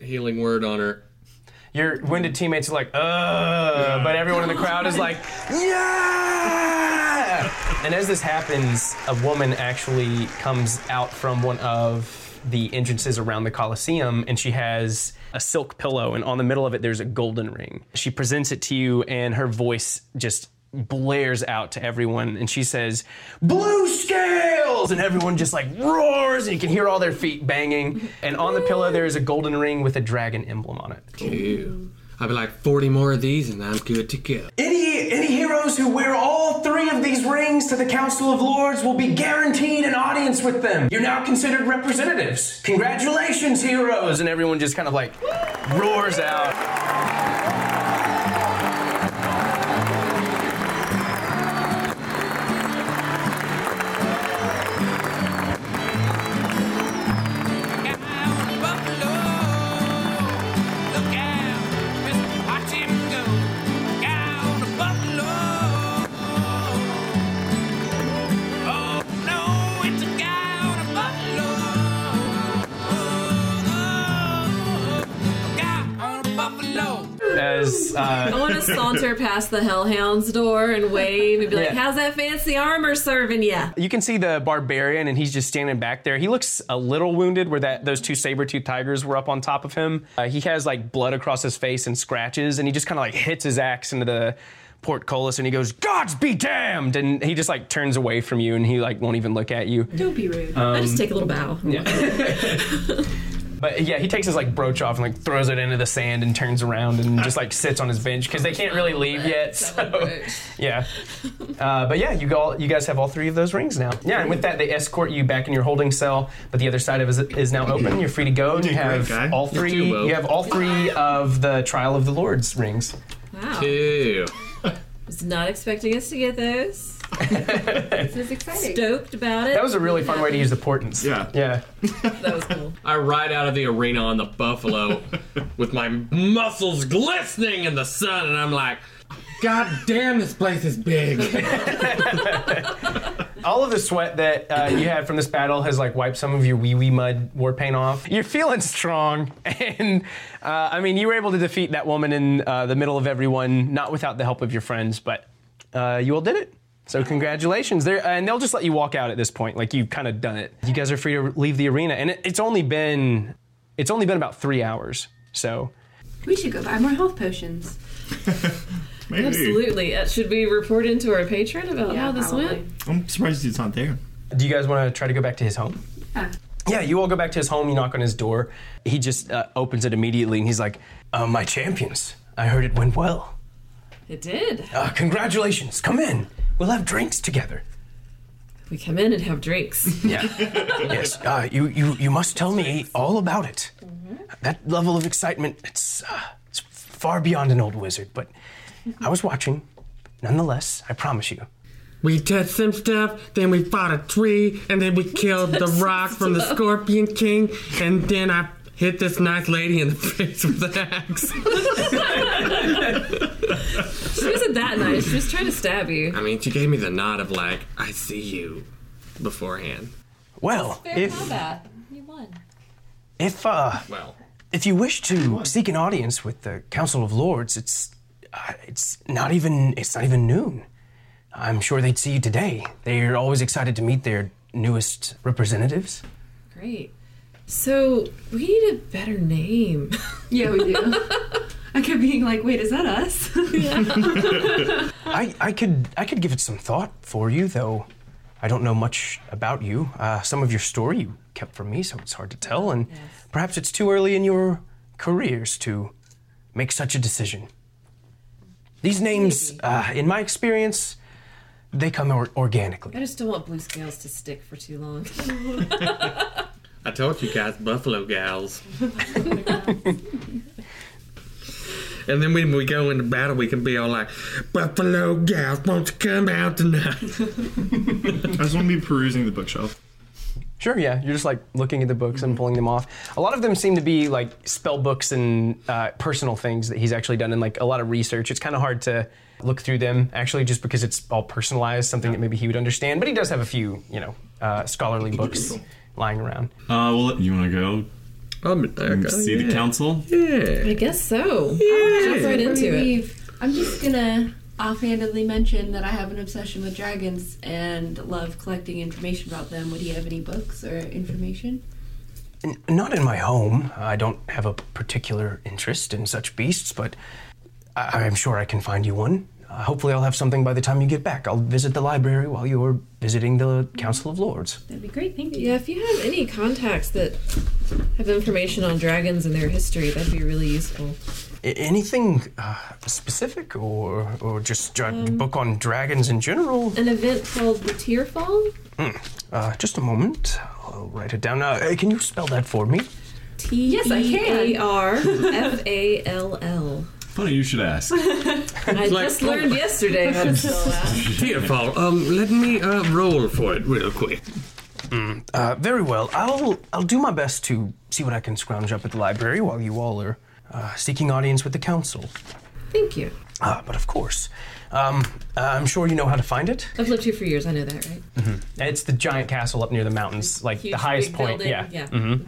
I: healing word on her.
B: Your wounded teammates are like, ugh, but everyone in the crowd is like, yeah. And as this happens, a woman actually comes out from one of the entrances around the Colosseum, and she has a silk pillow, and on the middle of it, there's a golden ring. She presents it to you, and her voice just blares out to everyone, and she says, Blue scales! And everyone just like roars, and you can hear all their feet banging. And on the pillow, there is a golden ring with a dragon emblem on it.
I: Ew. I'd be like 40 more of these and I'm good to go.
B: Any any heroes who wear all three of these rings to the Council of Lords will be guaranteed an audience with them. You're now considered representatives. Congratulations, heroes! And everyone just kind of like roars out. As uh,
G: I want to saunter past the Hellhound's door and wave and be like,
B: Yeah.
G: "How's that fancy armor serving ya?"
B: You can see the barbarian, and he's just standing back there. He looks a little wounded, where that those two saber-toothed tigers were up on top of him. Uh, he has like blood across his face and scratches, and he just kind of like hits his axe into the portcullis, and he goes, "Gods be damned!" And he just like turns away from you, and he like won't even look at you.
G: Don't be rude. I
B: Um,
G: just take a little bow.
B: But yeah, he takes his like brooch off and like throws it into the sand and turns around and just like sits on his bench because they can't really leave yet. So yeah, uh, but yeah, you all you guys have all three of those rings now. Yeah, and with that they escort you back in your holding cell. But the other side of it is now open. You're free to go. You
E: You're a great
B: have
E: guy.
B: all
E: You
B: three.
E: do, Bo.
B: You have all three of the Trial of the Lords rings.
G: Wow.
I: Ew.
G: Was not expecting us to get those.
C: This is exciting.
G: Stoked about it.
B: That was a really fun way to use the portents. Yeah. Yeah.
I: I ride out of the arena on the buffalo with my muscles glistening in the sun, and I'm like, God damn, this place is big.
B: All of the sweat that uh, you had from this battle has like wiped some of your wee wee mud war paint off. You're feeling strong, and uh, I mean you were able to defeat that woman in uh, the middle of everyone, not without the help of your friends, but uh, you all did it. So congratulations! They're, and they'll just let you walk out at this point, like you've kind of done it. You guys are free to leave the arena, and it, it's only been it's only been about three hours. So
C: We should go buy more health potions.
E: Maybe.
G: Absolutely. Uh, should we report into our patron about how this went?
E: I'm surprised he's not there.
B: do you guys want to try to go back to his home?
C: Yeah.
B: Yeah, you all go back to his home, you knock on his door. He just uh, opens it immediately and he's like, uh, My champions, I heard it went well.
G: It did.
B: Uh, congratulations, come in. We'll have drinks together.
G: We come in and have drinks.
B: Yeah. yes, uh, you, you, you must tell me all about it. That level of excitement, it's, uh, it's far beyond an old wizard, but I was watching. Nonetheless, I promise you.
I: We touched some stuff, then we fought a tree, and then we killed the rock from the Scorpion King, and then I hit this nice lady in the face with an axe.
G: she wasn't that nice. She was trying to stab you.
I: I mean, she gave me the nod of like, I see you beforehand.
B: Well, if,
G: combat. You won.
B: if, uh,
I: Well,
B: If you wish to seek an audience with the Council of Lords, it's uh, it's not even it's not even noon. I'm sure they'd see you today. They're always excited to meet their newest representatives.
G: Great. So we need a better name.
C: Yeah, we do. I kept being like, wait, is that us?
B: I, I could I could give it some thought for you, though. I don't know much about you. Uh, some of your story you kept from me, so it's hard to tell. And perhaps it's too early in your careers to make such a decision. These names, uh, in my experience, they come or- organically.
G: I just don't want blue scales to stick for too long.
I: I told you guys, Buffalo Gals. and then when we go into battle, we can be all like, Buffalo Gals, won't you come out tonight?
E: I just want to be perusing the bookshelf.
B: Sure, yeah. You're just like looking at the books and pulling them off. A lot of them seem to be like spell books and uh, personal things that he's actually done and like a lot of research. It's kind of hard to look through them actually just because it's all personalized, something that maybe he would understand. But he does have a few, you know, uh, scholarly books lying around.
F: Uh, well, you want to go Mm,
I: I'm
F: see the council?
I: Yeah.
G: I guess so. Jump right into it.
C: I'm just gonna offhandedly mention that I have an obsession with dragons and love collecting information about them. Would you have any books or information?
B: N- not in my home. I don't have a particular interest in such beasts, but I- I'm sure I can find you one. Uh, hopefully, I'll have something by the time you get back. I'll visit the library while you're visiting the Council of Lords.
C: That'd be great. Thank you.
G: Yeah, if you have any contacts that have information on dragons and their history, that'd be really useful.
B: I- anything uh, specific, or or just a
G: Um,
B: book on dragons in general?
G: An event called the Tearfall.
B: Hmm. Uh, just a moment. I'll write it down. Uh, can you spell that for me?
G: T
C: Yes, I can.
G: E A R F A L L.
F: Funny you should ask.
G: I
I: like-
G: just learned yesterday how to spell that.
I: Tearfall, um, let me uh, roll for it real quick.
B: Mm, uh, very well. I'll I'll do my best to see what I can scrounge up at the library while you all are uh, seeking audience with the council.
G: Thank you.
B: Ah, but of course, um, I'm sure you know how to find it.
G: I've lived here for years. I know that, right?
B: It's the giant castle up near the mountains, like
G: Huge,
B: the highest
G: big
B: point.
G: building,
B: Yeah.
G: yeah.
B: Mhm.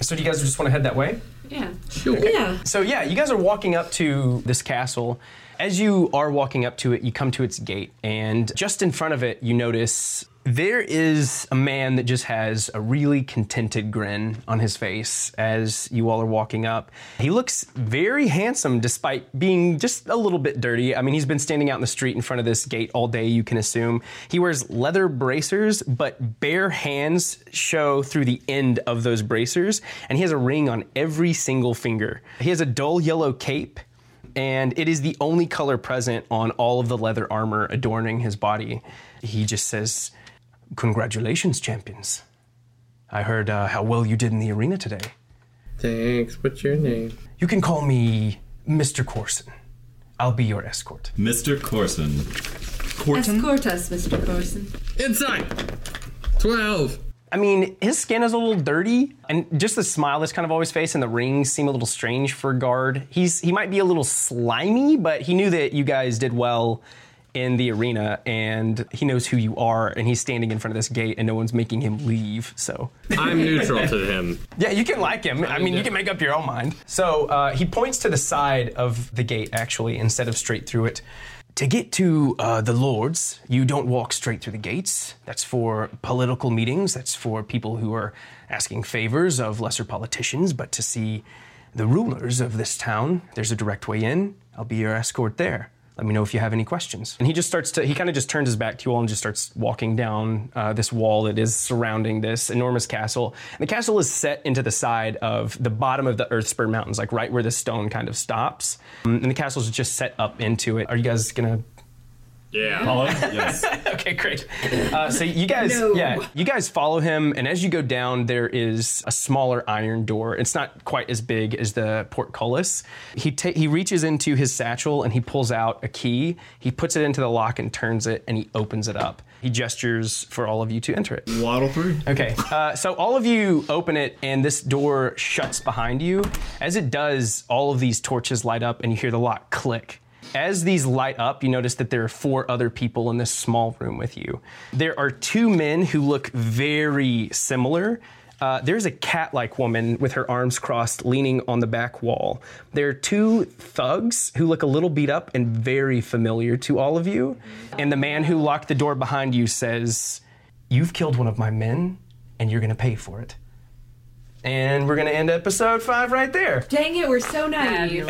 B: So do you guys just want to head that way?
C: Yeah.
B: Sure.
G: Yeah.
B: So yeah, you guys are walking up to this castle. As you are walking up to it, you come to its gate, and just in front of it, you notice there is a man that just has a really contented grin on his face as you all are walking up. He looks very handsome despite being just a little bit dirty. I mean, he's been standing out in the street in front of this gate all day, you can assume. He wears leather bracers, but bare hands show through the end of those bracers, and he has a ring on every single finger. He has a dull yellow cape, and it is the only color present on all of the leather armor adorning his body. He just says, Congratulations, champions. I heard uh, how well you did in the arena today.
I: Thanks. What's your name?
B: You can call me Mr. Corson. I'll be your escort.
F: Mr. Corson.
C: Escort us, Mr. Corson.
I: Inside. 12.
B: I mean, his skin is a little dirty, and just the smile that's kind of always face and the rings seem a little strange for a guard. He's he might be a little slimy, but he knew that you guys did well in the arena, and he knows who you are, and he's standing in front of this gate, and no one's making him leave. So
I: I'm neutral to him.
B: Yeah, you can like him. I mean, you can make up your own mind. So uh, he points to the side of the gate, actually, instead of straight through it. To get to uh, the Lords, you don't walk straight through the gates. That's for political meetings, that's for people who are asking favors of lesser politicians. But to see the rulers of this town, there's a direct way in. I'll be your escort there. Let me know if you have any questions. And he just starts to, he kind of just turns his back to you all and just starts walking down uh, this wall that is surrounding this enormous castle. And the castle is set into the side of the bottom of the Earthspur Mountains, like right where the stone kind of stops. Um, and the castle's just set up into it. Are you guys gonna
I: Yeah.
F: Follow? Yes.
B: okay, great. Uh, so you guys, yeah, you guys follow him, and as you go down, there is a smaller iron door. It's not quite as big as the portcullis. He ta- he reaches into his satchel and he pulls out a key. He puts it into the lock and turns it, and he opens it up. He gestures for all of you to enter it.
E: Waddle through.
B: Okay, uh, so all of you open it, and this door shuts behind you. As it does, all of these torches light up, and you hear the lock click. As these light up, you notice that there are four other people in this small room with you. There are two men who look very similar. Uh, there's a cat like woman with her arms crossed leaning on the back wall. There are two thugs who look a little beat up and very familiar to all of you. And the man who locked the door behind you says, You've killed one of my men, and you're going to pay for it. And we're going to end episode five right there.
C: Dang it, we're so naive.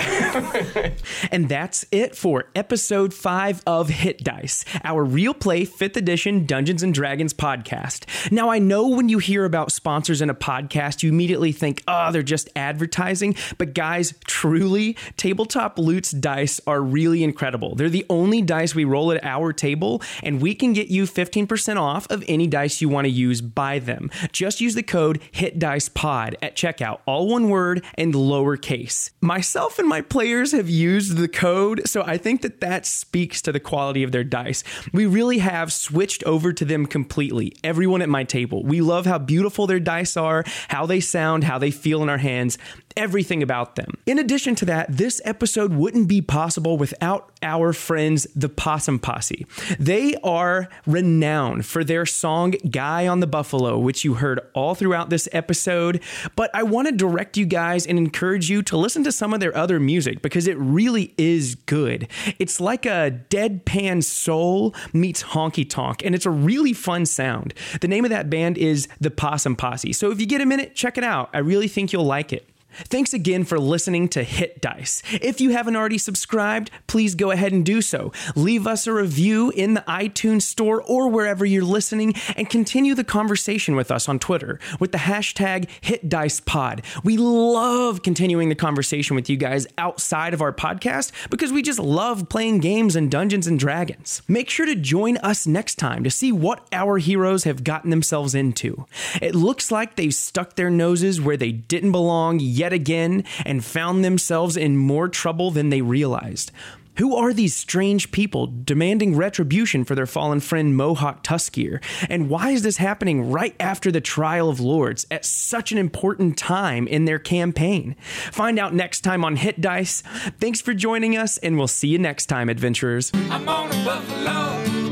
A: And that's it for episode 5 of Hit Dice, our real play 5th edition Dungeons and Dragons podcast. Now, I know when you hear about sponsors in a podcast, you immediately think, oh, they're just advertising. But guys, truly, Tabletop Loot's dice are really incredible. They're the only dice we roll at our table, and we can get you 15% off of any dice you want to use by them. Just use the code HITDICEPOD at checkout, all one word and lowercase. Myself and my players have used the code, so I think that that speaks to the quality of their dice. We really have switched over to them completely, everyone at my table. We love how beautiful their dice are, how they sound, how they feel in our hands.
B: everything about them. In addition to that, this episode wouldn't be possible without our friends, the Possum Posse. They are renowned for their song Guy on the Buffalo, which you heard all throughout this episode. But I want to direct you guys and encourage you to listen to some of their other music because it really is good. It's like a deadpan soul meets honky tonk, and it's a really fun sound. The name of that band is the Possum Posse. So if you get a minute, check it out. I really think you'll like it. Thanks again for listening to Hit Dice. If you haven't already subscribed, please go ahead and do so. Leave us a review in the iTunes store or wherever you're listening and continue the conversation with us on Twitter with the hashtag HitDicePod. We love continuing the conversation with you guys outside of our podcast because we just love playing games and Dungeons and Dragons. Make sure to join us next time to see what our heroes have gotten themselves into. It looks like they've stuck their noses where they didn't belong yet again and found themselves in more trouble than they realized. Who are these strange people demanding retribution for their fallen friend Mohawk Tuskier? And why is this happening right after the Trial of Lords at such an important time in their campaign? Find out next time on Hit Dice. Thanks for joining us, and we'll see you next time, adventurers.
K: I'm on a buffalo.